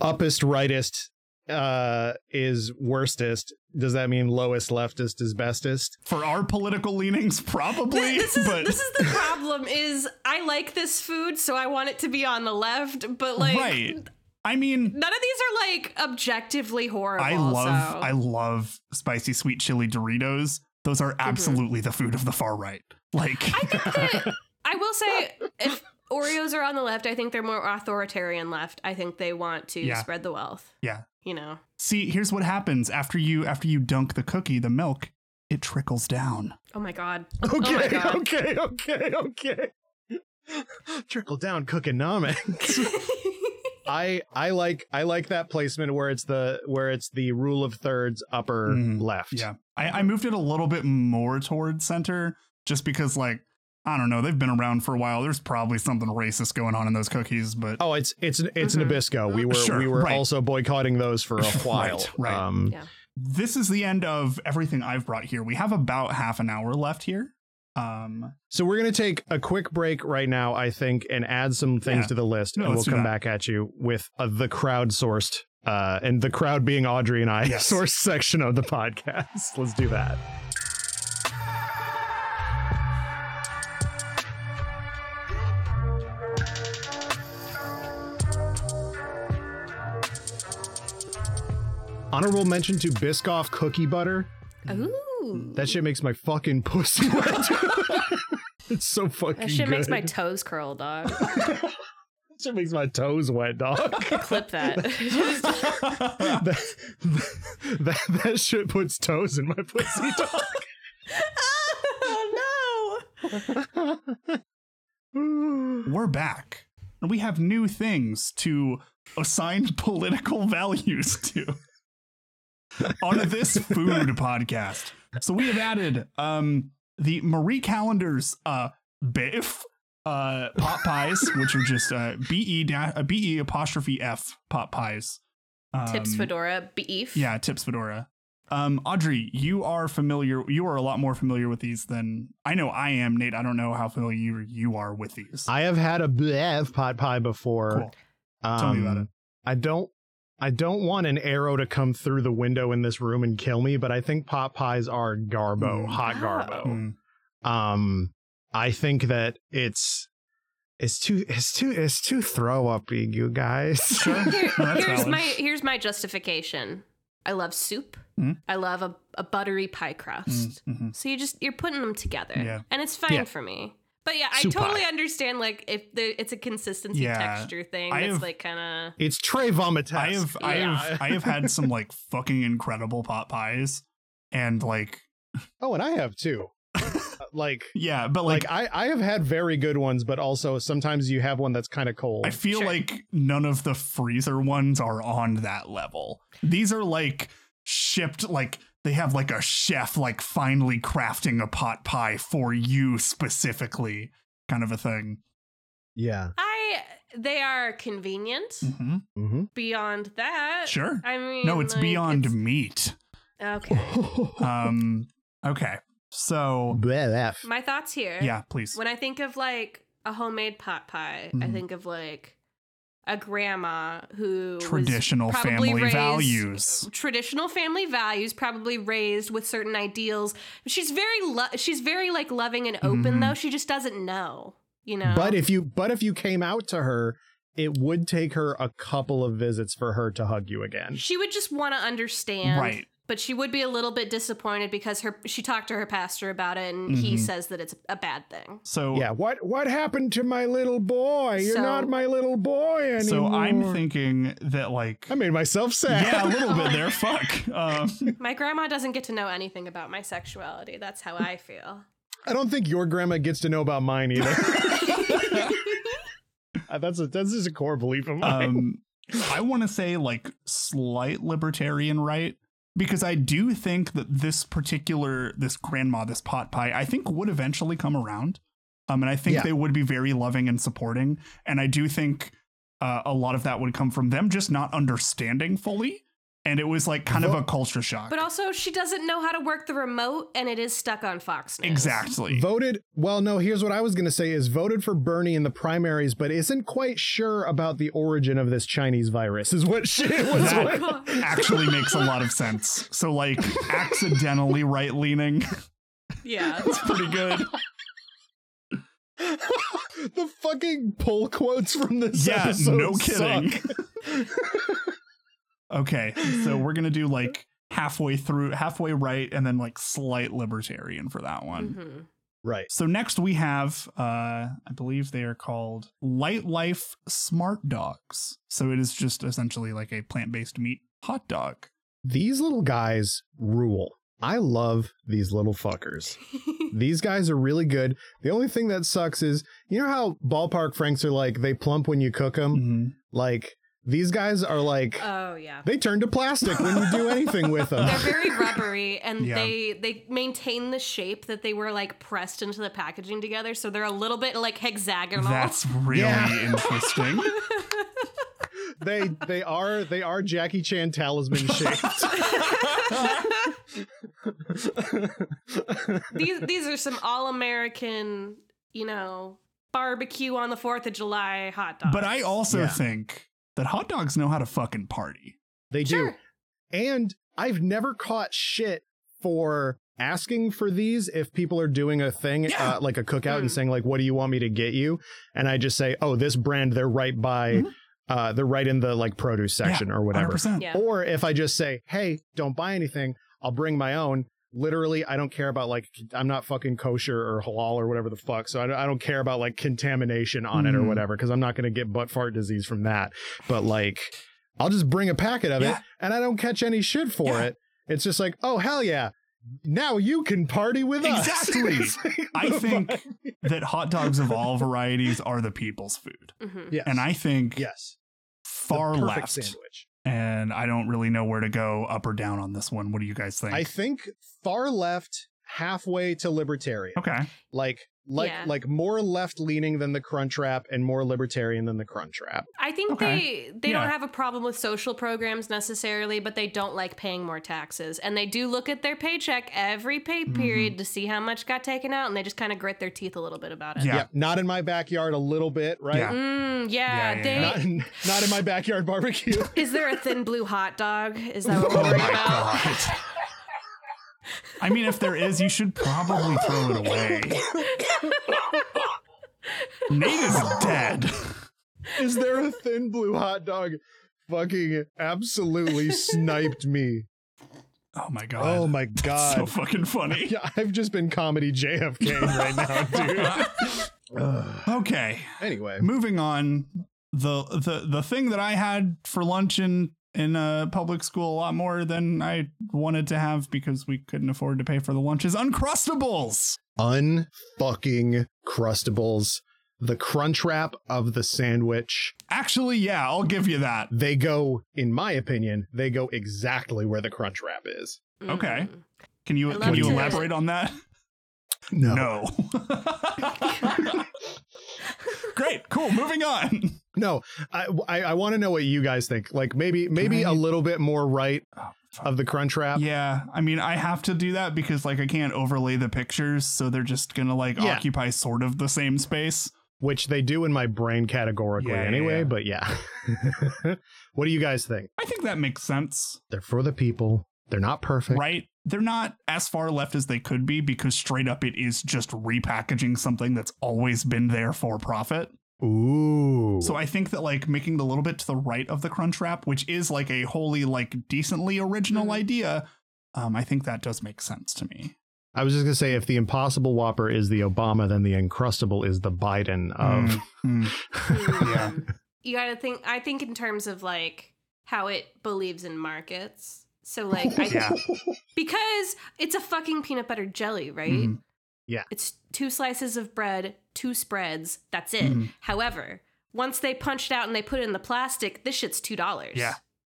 S1: uppest rightest uh is worstest, does that mean lowest leftist is bestest?
S2: for our political leanings, probably.
S3: This is
S2: but
S3: this is the problem. Is I like this food, so I want it to be on the left. But like,
S2: right. I mean,
S3: none of these are like objectively horrible.
S2: I love
S3: so-
S2: I love spicy sweet chili Doritos. Those are absolutely the food of the far right. Like
S3: Mm-hmm. I think that I will say if Oreos are on the left, I think they're more authoritarian left. I think they want to
S2: Yeah.
S3: spread the wealth.
S2: Yeah.
S3: you know.
S2: See, here's what happens after you after you dunk the cookie, the milk, it trickles down.
S3: Oh my god.
S1: Okay,
S3: my God.
S1: okay, okay, okay. Trickle down cookonomics. I I like I like that placement where it's the where it's the rule of thirds upper
S2: Mm,
S1: left.
S2: Yeah.
S3: Mm-hmm.
S2: I, I moved it a little bit more toward center just because like I don't know, they've been around for a while. There's probably something racist going on in those cookies, but
S1: Oh, it's it's it's
S3: Mhm.
S1: Nabisco. We were
S2: Sure,
S1: we were
S2: right.
S1: also boycotting those for a
S2: Right,
S1: while.
S2: right.
S1: Um,
S3: Yeah.
S2: this is the end of everything I've brought here. We have about half an hour left here. Um
S1: So we're gonna take a quick break right now, I think, and add some things
S2: Yeah.
S1: to the list,
S2: No,
S1: and we'll
S2: let's do
S1: come
S2: that.
S1: back at you with uh, the crowd sourced, uh, and the crowd being Audrey and I
S2: Yes.
S1: sourced section of the podcast. Let's do that. Honorable mention to Biscoff cookie butter.
S3: Ooh.
S1: That shit makes my fucking pussy wet. it's so fucking.
S3: That shit
S1: good.
S3: makes my toes curl, dog.
S1: That shit makes my toes wet, dog.
S3: Clip that.
S1: that, that that shit puts toes in my pussy, dog.
S3: oh no.
S2: we're back. And we have new things to assign political values to on this food podcast. So we have added um the Marie Callender's uh biff uh pot pies, which are just uh BE da- uh, BE apostrophe F pot pies. Um,
S3: Tips fedora beef.
S2: Yeah, tips fedora. Um Audrey, you are familiar you are a lot more familiar with these than I know I am, Nate. I don't know how familiar you are with these.
S1: I have had a bev pot pie before.
S2: Cool. Tell me about
S1: Um,
S2: it.
S1: I don't. I don't want an arrow to come through the window in this room and kill me, but I think pot pies are garbo,
S2: Mm.
S1: hot
S3: Wow.
S1: garbo.
S2: Mm.
S1: um i think that it's it's too it's too it's too throw up you guys
S2: Sure. Mm,
S3: Here-
S2: No, that's
S3: here's
S2: valid.
S3: my here's my justification. I love soup.
S2: Mm.
S3: I love a, a buttery pie crust.
S2: Mm, mhm.
S3: So you just you're putting them together,
S2: Yeah.
S3: and it's fine
S1: Yeah.
S3: for me. But yeah, I
S1: Soup
S3: totally understand like if the, it's a consistency
S2: Yeah.
S3: texture thing.
S2: I
S3: It's
S2: have-
S3: like kind
S1: it's trey vomitas
S2: I have I
S1: Yeah.
S2: have I have had some like fucking incredible pot pies and like
S1: oh and i have too Uh, like
S2: yeah, but like,
S1: like i i have had very good ones but also sometimes you have one that's kind of cold
S2: I feel
S3: Sure.
S2: like none of the freezer ones are on that level. These are like shipped like they have like a chef like finally crafting a pot pie for you specifically kind of a thing.
S1: Yeah.
S3: I they are convenient.
S2: Mm-hmm.
S1: Mm-hmm.
S3: Beyond that,
S2: Sure.
S3: Uh, I mean,
S2: No, it's
S3: like,
S2: beyond
S3: it's-
S2: meat.
S3: Okay,
S2: Um okay. So
S3: my thoughts here.
S2: yeah, please.
S3: When I think of like a homemade pot pie, I
S2: Mhm.
S3: think of like a grandma who was
S2: Traditional
S3: probably
S2: family
S3: raised-
S2: values.
S3: traditional family values probably raised with certain ideals she's very lo- she's very like loving and open
S2: Mhm.
S3: though she just doesn't know you know
S1: But if you but if you came out to her, it would take her a couple of visits for her to hug you again.
S3: she would just want to understand
S2: Right.
S3: but she would be a little bit disappointed because her she talked to her pastor about it and he
S2: Mhm.
S3: says that it's a bad thing
S2: So
S1: Yeah, what what happened to my little boy? You're
S3: So-
S1: not my little boy anymore.
S2: so I'm thinking that like
S1: I made myself sad.
S2: yeah, a little bit there. Fuck. Um,
S3: my grandma doesn't get to know anything about my sexuality that's how i feel
S1: I don't think your grandma gets to know about mine either. Uh, that's a that's just a core belief of mine.
S2: um, I want to say like slight libertarian right because I do think that this particular this grandma this pot pie I think would eventually come around. Um, and I think
S1: Yeah.
S2: they would be very loving and supporting, and I do think uh, a lot of that would come from them just not understanding fully, and it was like kind of a culture shock.
S3: but also she doesn't know how to work the remote and it is stuck on fox news
S2: exactly.
S1: voted well no here's what i was going to say is voted for bernie in the primaries but isn't quite sure about the origin of this chinese virus is what she was
S2: That
S3: Oh, God.
S2: actually makes a lot of sense. So like accidentally right leaning,
S3: yeah
S2: it's pretty good.
S1: the fucking pull quotes from this
S2: yeah,
S1: episode
S2: no
S1: suck.
S2: kidding. okay, so we're gonna do like halfway through, halfway right, and then like slight libertarian for that one.
S1: Mm-hmm.
S3: Mhm.
S1: right
S2: So next we have, uh, I believe they are called Light Life Smart Dogs. So it is just essentially like a plant-based meat hot dog.
S1: these little guys rule i love these little fuckers
S3: Mm-hmm.
S1: these guys are really good the only thing that sucks is you know how ballpark franks are like they plump when you cook
S2: Mm-hmm.
S1: them like these guys are like
S3: oh yeah
S1: they turn to plastic when you do anything with them
S3: They're very rubbery and
S2: Yeah.
S3: they they maintain the shape that they were like pressed into the packaging together, so they're a little bit like hexagonal.
S2: That's really
S1: Yeah.
S2: interesting.
S1: they they are they are Jackie Chan talisman shaped.
S3: these these are some all American, you know, barbecue on the Fourth of July hot dogs.
S2: But I also
S1: Yeah.
S2: think that hot dogs know how to fucking party.
S1: they
S3: sure.
S1: do. And I've never caught shit for asking for these if people are doing a thing
S2: Yeah.
S1: uh, like a cookout
S3: Mm.
S1: and saying like what do you want me to get you and I just say oh this brand they're right by
S2: Mhm.
S1: uh they're right in the like produce section or whatever.
S2: 100%.
S3: Yeah.
S1: Or if I just say hey don't buy anything I'll bring my own Literally, I don't care about like I'm not fucking kosher or halal or whatever the fuck, so I don't, I don't care about like contamination on it or
S2: Mhm.
S1: whatever because I'm not going to get butt fart disease from that but like I'll just bring a packet of
S2: Yeah.
S1: it and I don't catch any shit for
S2: Yeah.
S1: it. It's just like, oh hell yeah. Now you can party with
S2: Exactly.
S1: us. Exactly.
S2: I think that hot dogs of all varieties are the people's food.
S3: Mhm.
S1: yes.
S2: And I think
S1: yes. The
S2: far
S1: perfect
S2: left.
S1: sandwich.
S2: And I don't really know where to go up or down on this one. What do you guys think?
S1: I think far left, halfway to libertarian.
S2: okay.
S1: Like like
S3: Yeah.
S1: like more left leaning than the crunch wrap and more libertarian than the crunch wrap.
S3: I think
S2: Okay.
S3: they they
S2: Yeah.
S3: don't have a problem with social programs necessarily, but they don't like paying more taxes. And they do look at their paycheck every pay
S2: Mm-hmm.
S3: period to see how much got taken out, and they just kind of grit their teeth a little bit about it.
S2: Yeah.
S1: Yep, Not in my backyard a little bit, right?
S2: Yeah.
S3: Mm,
S2: Yeah,
S3: yeah,
S2: yeah,
S3: they
S1: Not in, not in my backyard barbecue.
S3: Is there a thin blue hot dog? Is that what
S2: Oh
S3: we're
S2: my
S3: worried about?
S2: god. I mean, if there is, you should probably throw it away. Nate is dead.
S1: Is there a thin blue hot dog? Fucking absolutely sniped me.
S2: Oh my god.
S1: Oh my
S2: So
S1: god.
S2: fucking funny.
S1: yeah, I've just been comedy JFK right now, dude. Ugh.
S2: Okay.
S1: anyway,
S2: moving on the the the thing that i had for lunch in in uh, public school a lot more than i wanted to have because we couldn't afford to pay for the lunch is uncrustables
S1: unfucking crustables. the crunch wrap of the sandwich.
S2: Actually, yeah, I'll give you that.
S1: They go, in my opinion, they go exactly where the crunch wrap is.
S3: Mm.
S2: Okay. Can you
S3: I
S2: can
S3: love
S2: you
S1: to-
S2: elaborate on that? No. Great. Cool. Moving on.
S1: No, I I, I want to know what you guys think. Like maybe maybe a
S2: I-
S1: little bit more right
S2: Oh, fuck.
S1: of the crunch wrap.
S2: Yeah, I mean, I have to do that because like I can't overlay the pictures, so they're just gonna like
S1: Yeah.
S2: occupy sort of the same space.
S1: which they do in my brain categorically
S2: Yeah, yeah,
S1: anyway,
S2: yeah.
S1: but yeah. what do you guys think?
S2: I think that makes sense,
S1: They're for the people. They're not perfect.
S2: right? They're not as far left as they could be because straight up it is just repackaging something that's always been there for profit.
S1: Ooh.
S2: So I think that like making the little bit to the right of the crunch wrap, which is like a wholly like decently original
S3: Mhm.
S2: idea, um, I think that does make sense to me.
S1: I was just going to say if the Impossible Whopper is the Obama, then the Encrustable is the Biden of.
S2: Mm, mm.
S3: yeah. You gotta think. I think in terms of like how it believes in markets. So like, I,
S2: Yeah.
S3: because it's a fucking peanut butter jelly, right?
S2: Mhm.
S1: Yeah.
S3: It's two slices of bread, two spreads. That's it.
S2: Mhm.
S3: However, once they punch it out and they put it in the plastic, this shit's two dollars.
S2: Yeah.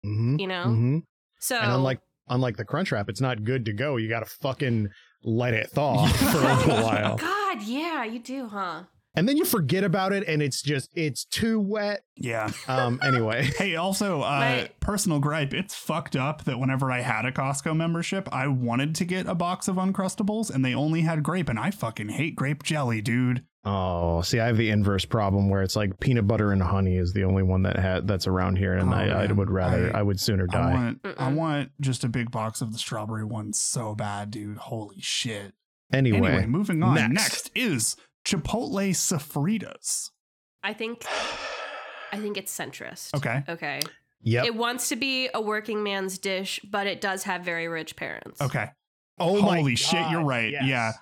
S1: Mhm,
S3: You know.
S1: mhm.
S3: So
S1: And unlike unlike the crunch wrap, it's not good to go. You got to fucking let it thaw
S2: Yeah.
S1: for a little while.
S3: God, yeah, you do, huh?
S1: And then you forget about it and it's just it's too wet.
S2: yeah.
S1: Um anyway.
S2: Hey, also, uh,
S3: Right.
S2: personal gripe. It's fucked up that whenever I had a Costco membership, I wanted to get a box of Uncrustables and they only had grape, and I fucking hate grape jelly, dude.
S1: Oh, see, I have the inverse problem where it's like peanut butter and honey is the only one that ha- that's around here, and
S2: Oh,
S1: I, I
S2: man.
S1: would rather, I,
S2: I-
S1: would sooner
S2: I
S1: die.
S2: want, I
S3: Mm-mm.
S2: want just a big box of the strawberry one so bad, dude. Holy shit.
S1: Anyway,
S2: Anyway, moving on.
S1: next.
S2: Next. is Chipotle Sofritas.
S3: I think I think it's centrist.
S2: Okay.
S3: Okay.
S1: yep.
S3: It wants to be a working man's dish, but it does have very rich parents.
S2: Okay.
S1: oh my
S2: Holy shit,
S1: God,
S2: you're right.
S1: yes.
S2: Yeah.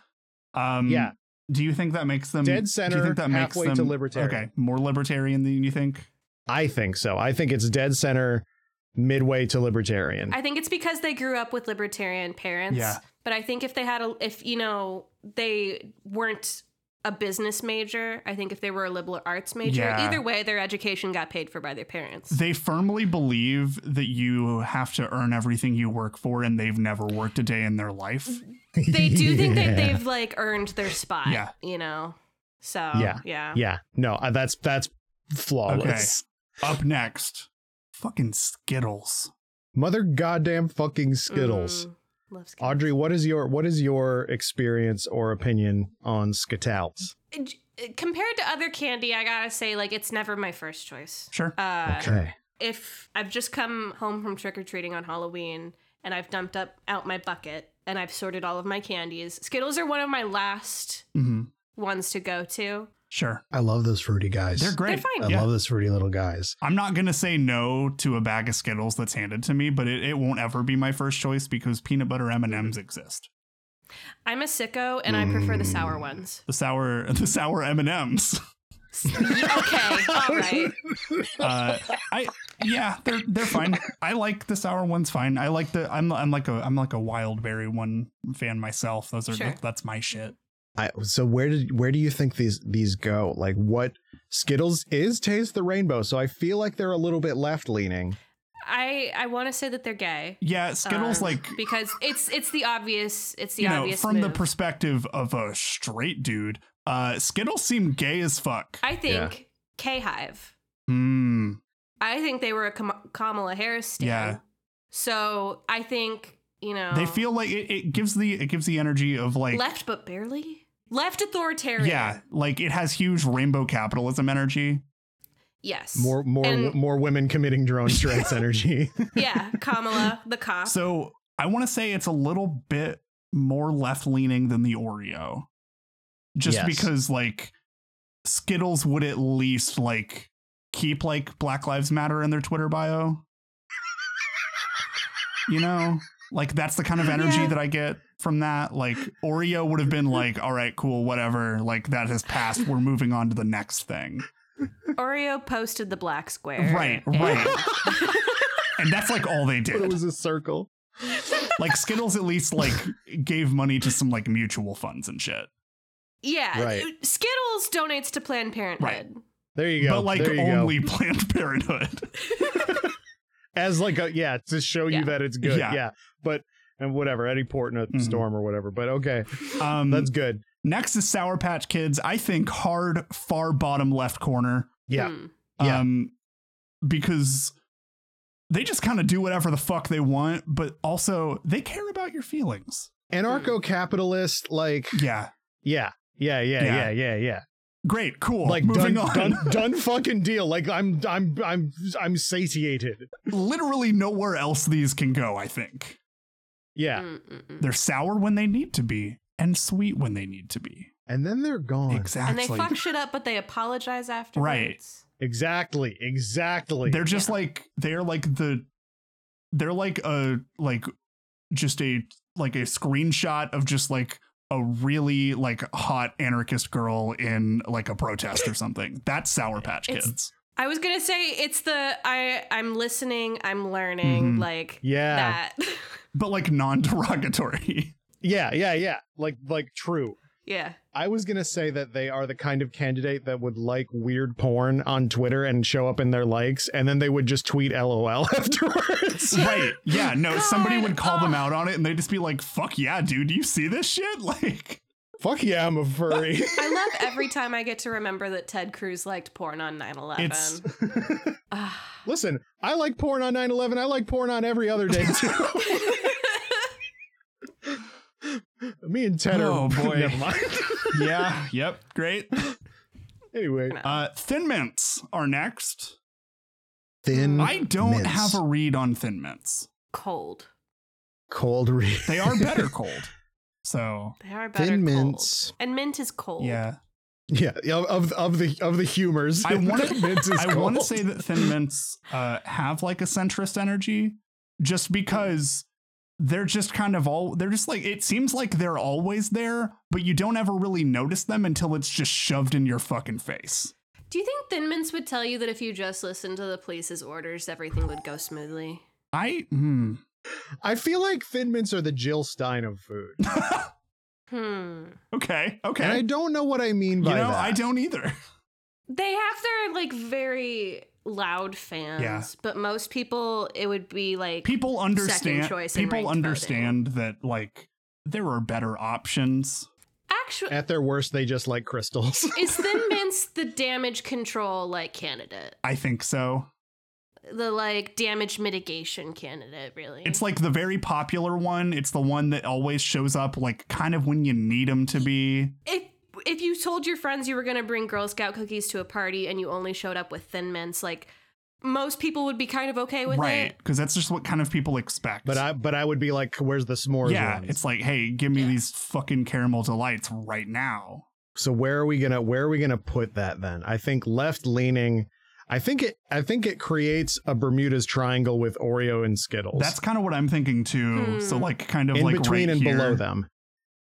S2: Um,
S1: Yeah.
S2: Do you think that makes them
S1: Dead
S2: Do you
S1: center,
S2: think that
S1: halfway
S2: makes
S1: to
S2: them
S1: libertarian.
S2: Okay, more libertarian than you think?
S1: I think so. I think it's dead center, midway to libertarian.
S3: I think it's because they grew up with libertarian parents.
S2: Yeah.
S3: But I think if they had a if you know, they weren't a business major, I think if they were a liberal arts major,
S2: Yeah.
S3: either way their education got paid for by their parents.
S2: They firmly believe that you have to earn everything you work for, and they've never worked a day in their life.
S3: they do think
S1: Yeah.
S3: that they've like earned their spot.
S2: Yeah.
S3: You know? So
S1: Yeah.
S3: yeah.
S1: Yeah, no, uh, that's that's flawless.
S2: Up next, fucking Skittles.
S1: Mother goddamn fucking Skittles.
S3: Mm, love Skittles.
S1: Audrey, what is your what is your experience or opinion on Skittles?
S3: J- compared to other candy, I gotta say, like, it's never my first choice.
S2: Sure.
S3: Uh,
S1: Okay.
S3: If I've just come home from trick or treating on Halloween and I've dumped up out my bucket and I've sorted all of my candies, Skittles are one of my last
S2: hmm
S3: ones to go to.
S2: Sure.
S1: I love those fruity guys.
S2: They're great.
S3: They're
S1: I
S3: fine.
S2: Yeah.
S1: love those fruity little guys.
S2: I'm not going to say no to a bag of Skittles that's handed to me, but it, it won't ever be my first choice because peanut butter M&Ms
S3: Mm-hmm.
S2: exist.
S3: I'm a sicko and I prefer the sour
S1: Mm.
S3: ones.
S2: The sour the sour M&Ms.
S3: S- okay, all right.
S2: Uh, I yeah, they're they're fine. I like the sour ones fine. I like the I'm I'm like a I'm like a wild berry one fan myself. Those are
S3: Sure.
S2: that's my shit.
S1: I, so where did where do you think these these go? Like what Skittles is Taste the Rainbow, so I feel like they're a little bit left leaning.
S3: I I want to say that they're gay.
S2: Yeah, Skittles
S3: um,
S2: like
S3: because it's it's the obvious it's the
S2: you know
S3: obvious
S2: from the
S3: move.
S2: perspective of a straight dude. Uh, Skittles seem gay as fuck.
S3: I think K Hive.
S2: Hmm.
S3: I think they were a Kam- Kamala Harris stan.
S2: Yeah.
S3: So I think you know
S2: They feel like it, it gives the it gives the energy of like
S3: left, but barely left authoritarian.
S2: yeah, like it has huge rainbow capitalism energy.
S3: Yes.
S1: More more
S3: And-
S1: more women committing drone strikes energy.
S3: Yeah. Kamala the cop.
S2: So I want to say it's a little bit more left leaning than the Oreo, just
S1: Yes.
S2: because like Skittles would at least like keep like Black Lives Matter in their Twitter bio. you know, like that's the kind of energy
S3: Yeah.
S2: that I get from that. Like Oreo would have been like, all right, cool, whatever. Like that has passed. We're moving on to the next thing.
S3: Oreo posted the black square.
S2: Right,
S3: And-
S2: right. And that's like all they did.
S1: But it was a circle.
S2: like Skittles at least like gave money to some like mutual funds and shit.
S3: Yeah. uh,
S1: Right.
S3: Skittles donates to Planned Parenthood.
S1: There you go.
S2: but like
S1: there you go.
S2: only Planned Parenthood.
S1: as like a yeah to show
S3: Yeah.
S1: you that it's good yeah, Mm-hmm.
S2: Yeah.
S1: but and whatever eddie portnoy
S2: Mhm.
S1: storm or whatever but okay
S2: Um,
S1: that's good
S2: next is Sour Patch Kids. I think hard, far bottom left corner.
S1: yeah
S3: Hmm.
S1: Yeah.
S2: Um, because they just kind of do whatever the fuck they want, but also they care about your feelings.
S3: Mm-hmm.
S1: anarcho-capitalist like
S2: Yeah.
S1: yeah yeah yeah yeah
S2: Yeah.
S1: yeah yeah
S2: Great. Cool.
S1: like
S2: moving
S1: done,
S2: on.
S1: done done fucking deal like i'm i'm i'm i'm satiated
S2: Literally nowhere else these can go, I think.
S1: yeah
S3: Mm, mm, mm.
S2: They're sour when they need to be and sweet when they need to be.
S1: and then they're gone
S2: Exactly.
S3: And they fuck shit up, but they apologize afterwards.
S2: Right.
S1: exactly exactly
S2: They're just
S3: Yeah.
S2: like they're like the they're like a like just a like a screenshot of just like a really like hot anarchist girl in like a protest or something. That's Sour Patch
S3: It's-
S2: Kids.
S3: I was gonna say it's the I I'm listening, I'm learning,
S2: Mhm.
S3: like
S1: yeah
S3: that.
S2: But like non-derogatory.
S1: yeah yeah yeah like like true
S3: yeah.
S1: I was gonna say that they are the kind of candidate that would like weird porn on Twitter and show up in their likes, and then they would just tweet LOL afterwards.
S2: right. Yeah, no, somebody
S3: God,
S2: would call them
S3: ah.
S2: out on it and they'd just be like, "Fuck yeah, dude, do you see this shit?" Like
S1: Fuck yeah, I'm a furry.
S3: I love every time I get to remember that Ted Cruz liked porn on 9 11.
S2: It's-
S1: Listen, I like porn on 9/11. I like porn on every other day too. Me and Ted are.
S2: Oh, boy.
S1: Never mind.
S2: yeah, yep, great.
S1: anyway,
S2: Uh Thin Mints are next.
S3: Thin
S2: I don't have a read on Thin Mints.
S3: cold.
S1: cold read.
S2: They are better cold. So
S3: They are better.
S4: Thin
S3: cold.
S4: mints.
S3: And mint is cold.
S2: yeah,
S1: Yeah, of, of of the of the humors.
S2: I wanna-
S1: Mint is
S2: I want to
S1: cold.
S2: say that Thin Mints uh, have like a centrist energy, just because they're just kind of all they're just like it seems like they're always there, but you don't ever really notice them until it's just shoved in your fucking face.
S3: Do you think Thin Mints would tell you that if you just listened to the police's orders, everything would go smoothly?
S2: I hmm.
S1: I feel like Thin Mints are the Jill Stein of food,
S3: Hmm.
S2: okay,
S1: and I
S2: okay.
S1: don't know what I mean
S2: You
S1: by
S2: know,
S1: that.
S2: I don't either.
S3: They have their like very loud fans,
S2: Yeah.
S3: but most people it would be like
S2: People understand.
S3: choice in ranked
S2: People
S3: voting.
S2: understand that like there are better options.
S3: actually
S1: At their worst, they just like crystals.
S3: is Thin Mints the damage control like candidate?
S2: I think so.
S3: The like damage mitigation candidate, really.
S2: It's like the very popular one. It's the one that always shows up, like kind of when you need them to be.
S3: if if you told your friends you were going to bring Girl Scout cookies to a party and you only showed up with Thin Mints, like most people would be kind of okay with
S2: right.
S3: it.
S2: Because that's just what kind of people expect.
S1: But I but I would be like, where's the s'mores?
S2: yeah,
S1: ones?
S2: it's like, hey, give me these fucking caramel delights right now.
S1: so where are we gonna where are we gonna put that then? I think left leaning. I think it I think it creates a Bermuda's triangle with Oreo and Skittles.
S2: That's kind of what I'm thinking too.
S3: Hmm.
S2: So like, kind of
S1: in
S2: like
S1: between
S2: right
S1: and
S2: here.
S1: below them.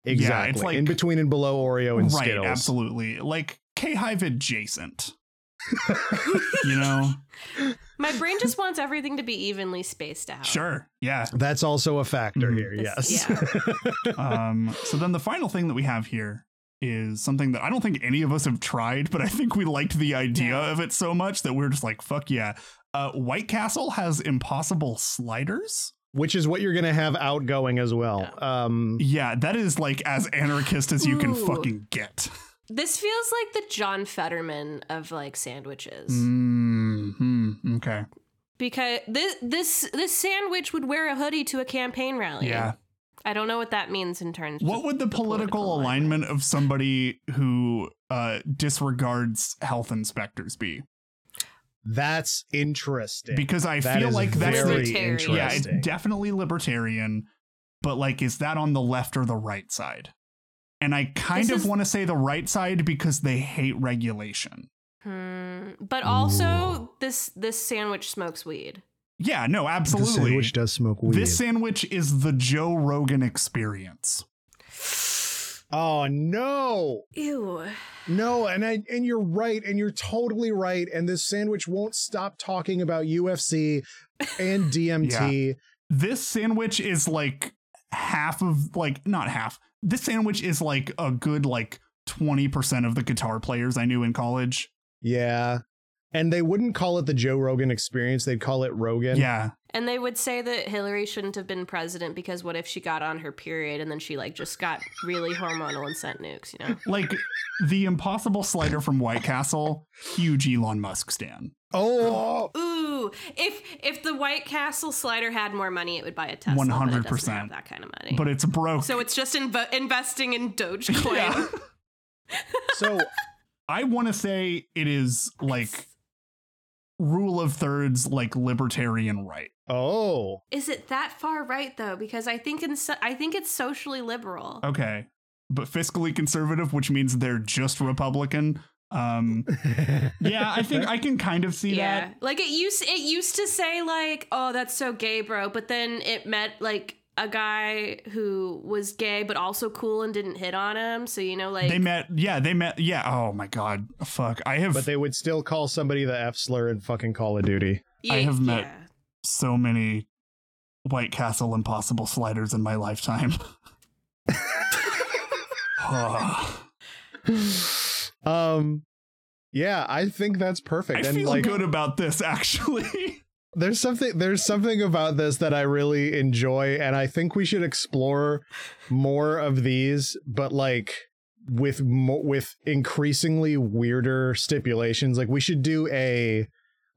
S2: it's
S1: Exactly.
S2: like-
S1: in between and below Oreo and
S2: right,
S1: Skittles.
S2: absolutely. Like K Hive adjacent. you know,
S3: My brain just wants everything to be evenly spaced out.
S2: sure, yeah.
S1: That's also a factor
S2: Mhm.
S1: here.
S3: That's-
S1: Yes.
S2: um, so then the final thing that we have here is something that I don't think any of us have tried, but I think we liked the idea
S3: Yeah.
S2: of it so much that we're just like, fuck yeah. Uh, White Castle has impossible sliders.
S1: Which is what you're gonna have outgoing as well. Um,
S2: Yeah, that is like as anarchist as you can
S3: Ooh.
S2: fucking get.
S3: This feels like the John Fetterman of like sandwiches.
S2: Mm. Mm-hmm. Okay.
S3: Because this this this sandwich would wear a hoodie to a campaign rally.
S2: Yeah.
S3: I don't know what that means in terms
S2: What
S3: of
S2: would the, political,
S3: political
S2: alignment of somebody who uh, disregards health inspectors be?
S1: that's interesting.
S2: Because I
S1: That
S2: feel
S1: is
S2: like that's the
S1: very
S3: Libertarian.
S1: interesting.
S2: Yeah, it's definitely libertarian, but like, is that on the left or the right side? And I kind
S3: This
S2: of
S3: is-
S2: want to say the right side because they hate regulation.
S3: Hmm. But also this this sandwich smokes weed.
S2: Yeah, no,
S1: The
S2: absolutely.
S1: sandwich does smoke weed.
S2: This sandwich is the Joe Rogan experience.
S1: oh no.
S3: Ew.
S1: No, and I and you're right, and you're totally right. And this sandwich won't stop talking about UFC and DMT.
S2: This sandwich is like half of like not half. This sandwich is like a good like 20% of the guitar players I knew in college.
S1: Yeah. And they wouldn't call it the Joe Rogan experience. They'd call it Rogan.
S2: Yeah.
S3: And they would say that Hillary shouldn't have been president because what if she got on her period and then she like just got really hormonal and sent nukes, you know?
S2: Like the impossible slider from White Castle, huge Elon Musk stan.
S1: Oh,
S3: Ooh, if if the White Castle slider had more money, it would buy a Tesla.
S2: 100%.
S3: 100%. That kind of money.
S2: But it's broke.
S3: so it's just inv- investing in Dogecoin.
S2: Yeah.
S1: so
S2: I want to say it is like rule of thirds, like libertarian right.
S1: oh,
S3: Is it that far right though? Because I think in so- I think it's socially liberal.
S2: Okay. But fiscally conservative, which means they're just Republican. Um, yeah, I think I can kind of see
S3: yeah.
S2: that.
S3: Like it used it used to say like, "Oh, that's so gay, bro," but then it met like a guy who was gay but also cool and didn't hit on him. So you know like
S2: they met. Yeah, they met. Yeah. Oh my God. Fuck. I have
S1: but they would still call somebody the F slur in fucking Call of Duty.
S3: yeah,
S2: I have met-
S3: yeah.
S2: so many White Castle Impossible sliders in my lifetime. Oh,
S1: Um, yeah, I think that's perfect.
S2: I
S1: and
S2: feel
S1: like,
S2: good about this, actually.
S1: there's something there's something about this that I really enjoy, and I think we should explore more of these, but like with mo- with increasingly weirder stipulations. Like we should do a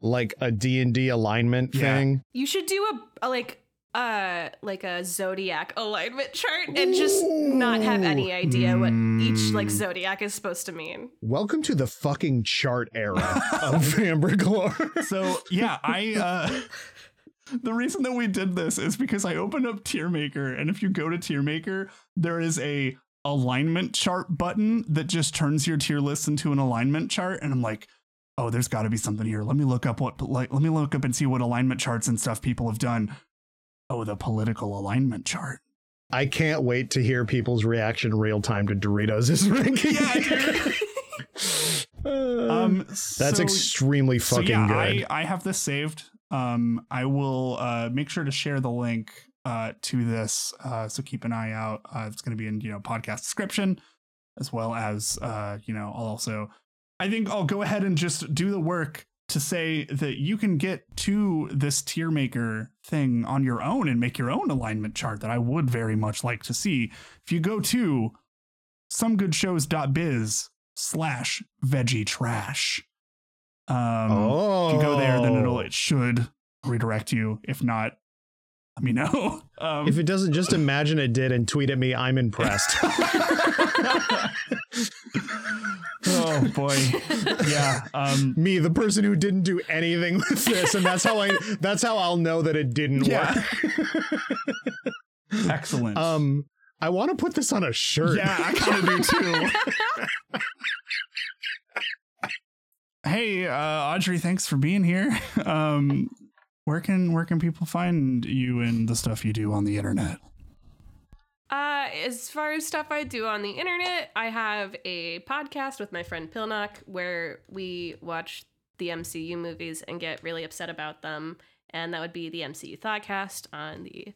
S1: like a D and D alignment
S2: Yeah.
S1: thing.
S3: You should do a, a like uh like a zodiac alignment chart and just not have any idea what each like
S2: Hmm.
S3: zodiac is supposed to mean.
S1: Welcome to the fucking chart era of Amberglore.
S2: So yeah, I uh the reason that we did this is because I opened up Tiermaker, and if you go to Tiermaker, there is a alignment chart button that just turns your tier list into an alignment chart, and I'm like, oh, there's got to be something here. Let me look up what like let me look up and see what alignment charts and stuff people have done. Oh, the political alignment chart.
S1: I can't wait to hear people's reaction real time to Doritos is ranking. um,
S2: Um,
S1: Uh, that's
S2: so-
S1: extremely
S2: so
S1: fucking
S2: yeah,
S1: good.
S2: I, I have this saved. Um, I will uh, make sure to share the link uh, to this. Uh, so keep an eye out. Uh, it's going to be in you know podcast description, as well as uh, you know I'll also. I think I'll go ahead and just do the work to say that you can get to this tier maker thing on your own and make your own alignment chart that I would very much like to see. If you go to somegoodshows.biz slash veggie trash. Um,
S1: oh,
S2: if you go there, then it'll it should redirect you. If not, let me know. Um,
S1: Oh. If it doesn't, just imagine it did and tweet at me. I'm impressed.
S2: oh boy, yeah. Um,
S1: me, the person who didn't do anything with this, and that's how I. That's how I'll know that it didn't
S2: Yeah.
S1: work.
S2: excellent.
S1: um, I want to put this on a shirt.
S2: yeah, I kind of do too. hey, uh, Audrey, thanks for being here. Um, where can where can people find you and the stuff you do on the internet?
S3: Uh, as far as stuff I do on the internet, I have a podcast with my friend Pilnock where we watch the MCU movies and get really upset about them. And that would be the MCU Thoughtcast on the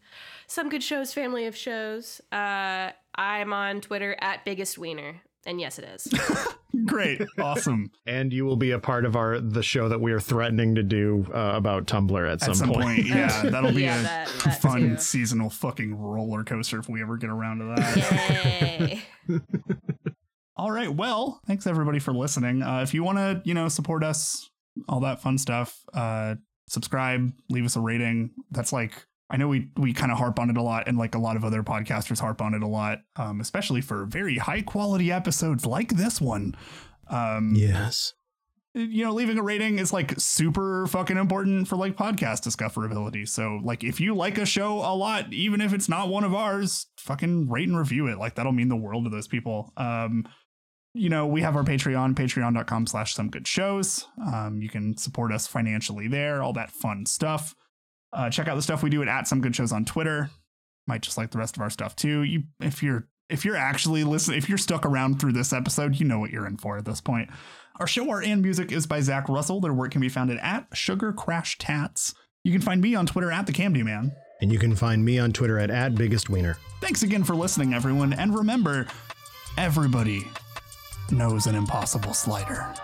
S3: Some Good Shows family of shows. Uh, I'm on Twitter at Biggest Wiener. And yes, it is.
S2: Great, awesome.
S1: and you will be a part of our the show that we are threatening to do uh, about Tumblr at,
S2: At some point, yeah, that'll be
S3: Yeah,
S2: a
S3: that- that
S2: fun
S3: too.
S2: seasonal fucking roller coaster if we ever get around to that.
S3: Yay.
S2: All right. Well, thanks everybody for listening. Uh, if you want to, you know, support us, all that fun stuff, uh, subscribe, leave us a rating. That's like, I know we, we kind of harp on it a lot and like a lot of other podcasters harp on it a lot, um, especially for very high quality episodes like this one. Um,
S1: Yes.
S2: you know, leaving a rating is like super fucking important for like podcast discoverability. So, like, if you like a show a lot, even if it's not one of ours, fucking rate and review it. Like, that'll mean the world to those people. Um, you know, we have our Patreon, patreon.com slash some good shows. Um, you can support us financially there, all that fun stuff. Uh, check out the stuff we do at, at some good shows on Twitter. Might just like the rest of our stuff too. You, if you're, if you're actually listening, if you're stuck around through this episode, you know what you're in for at this point. Our show art and music is by Zach Russell. Their work can be found at Sugar Crash Tats. You can find me on Twitter at the Camdy Man.
S1: And you can find me on Twitter at, at biggest wiener.
S2: Thanks again for listening, everyone, and remember, everybody knows an impossible slider.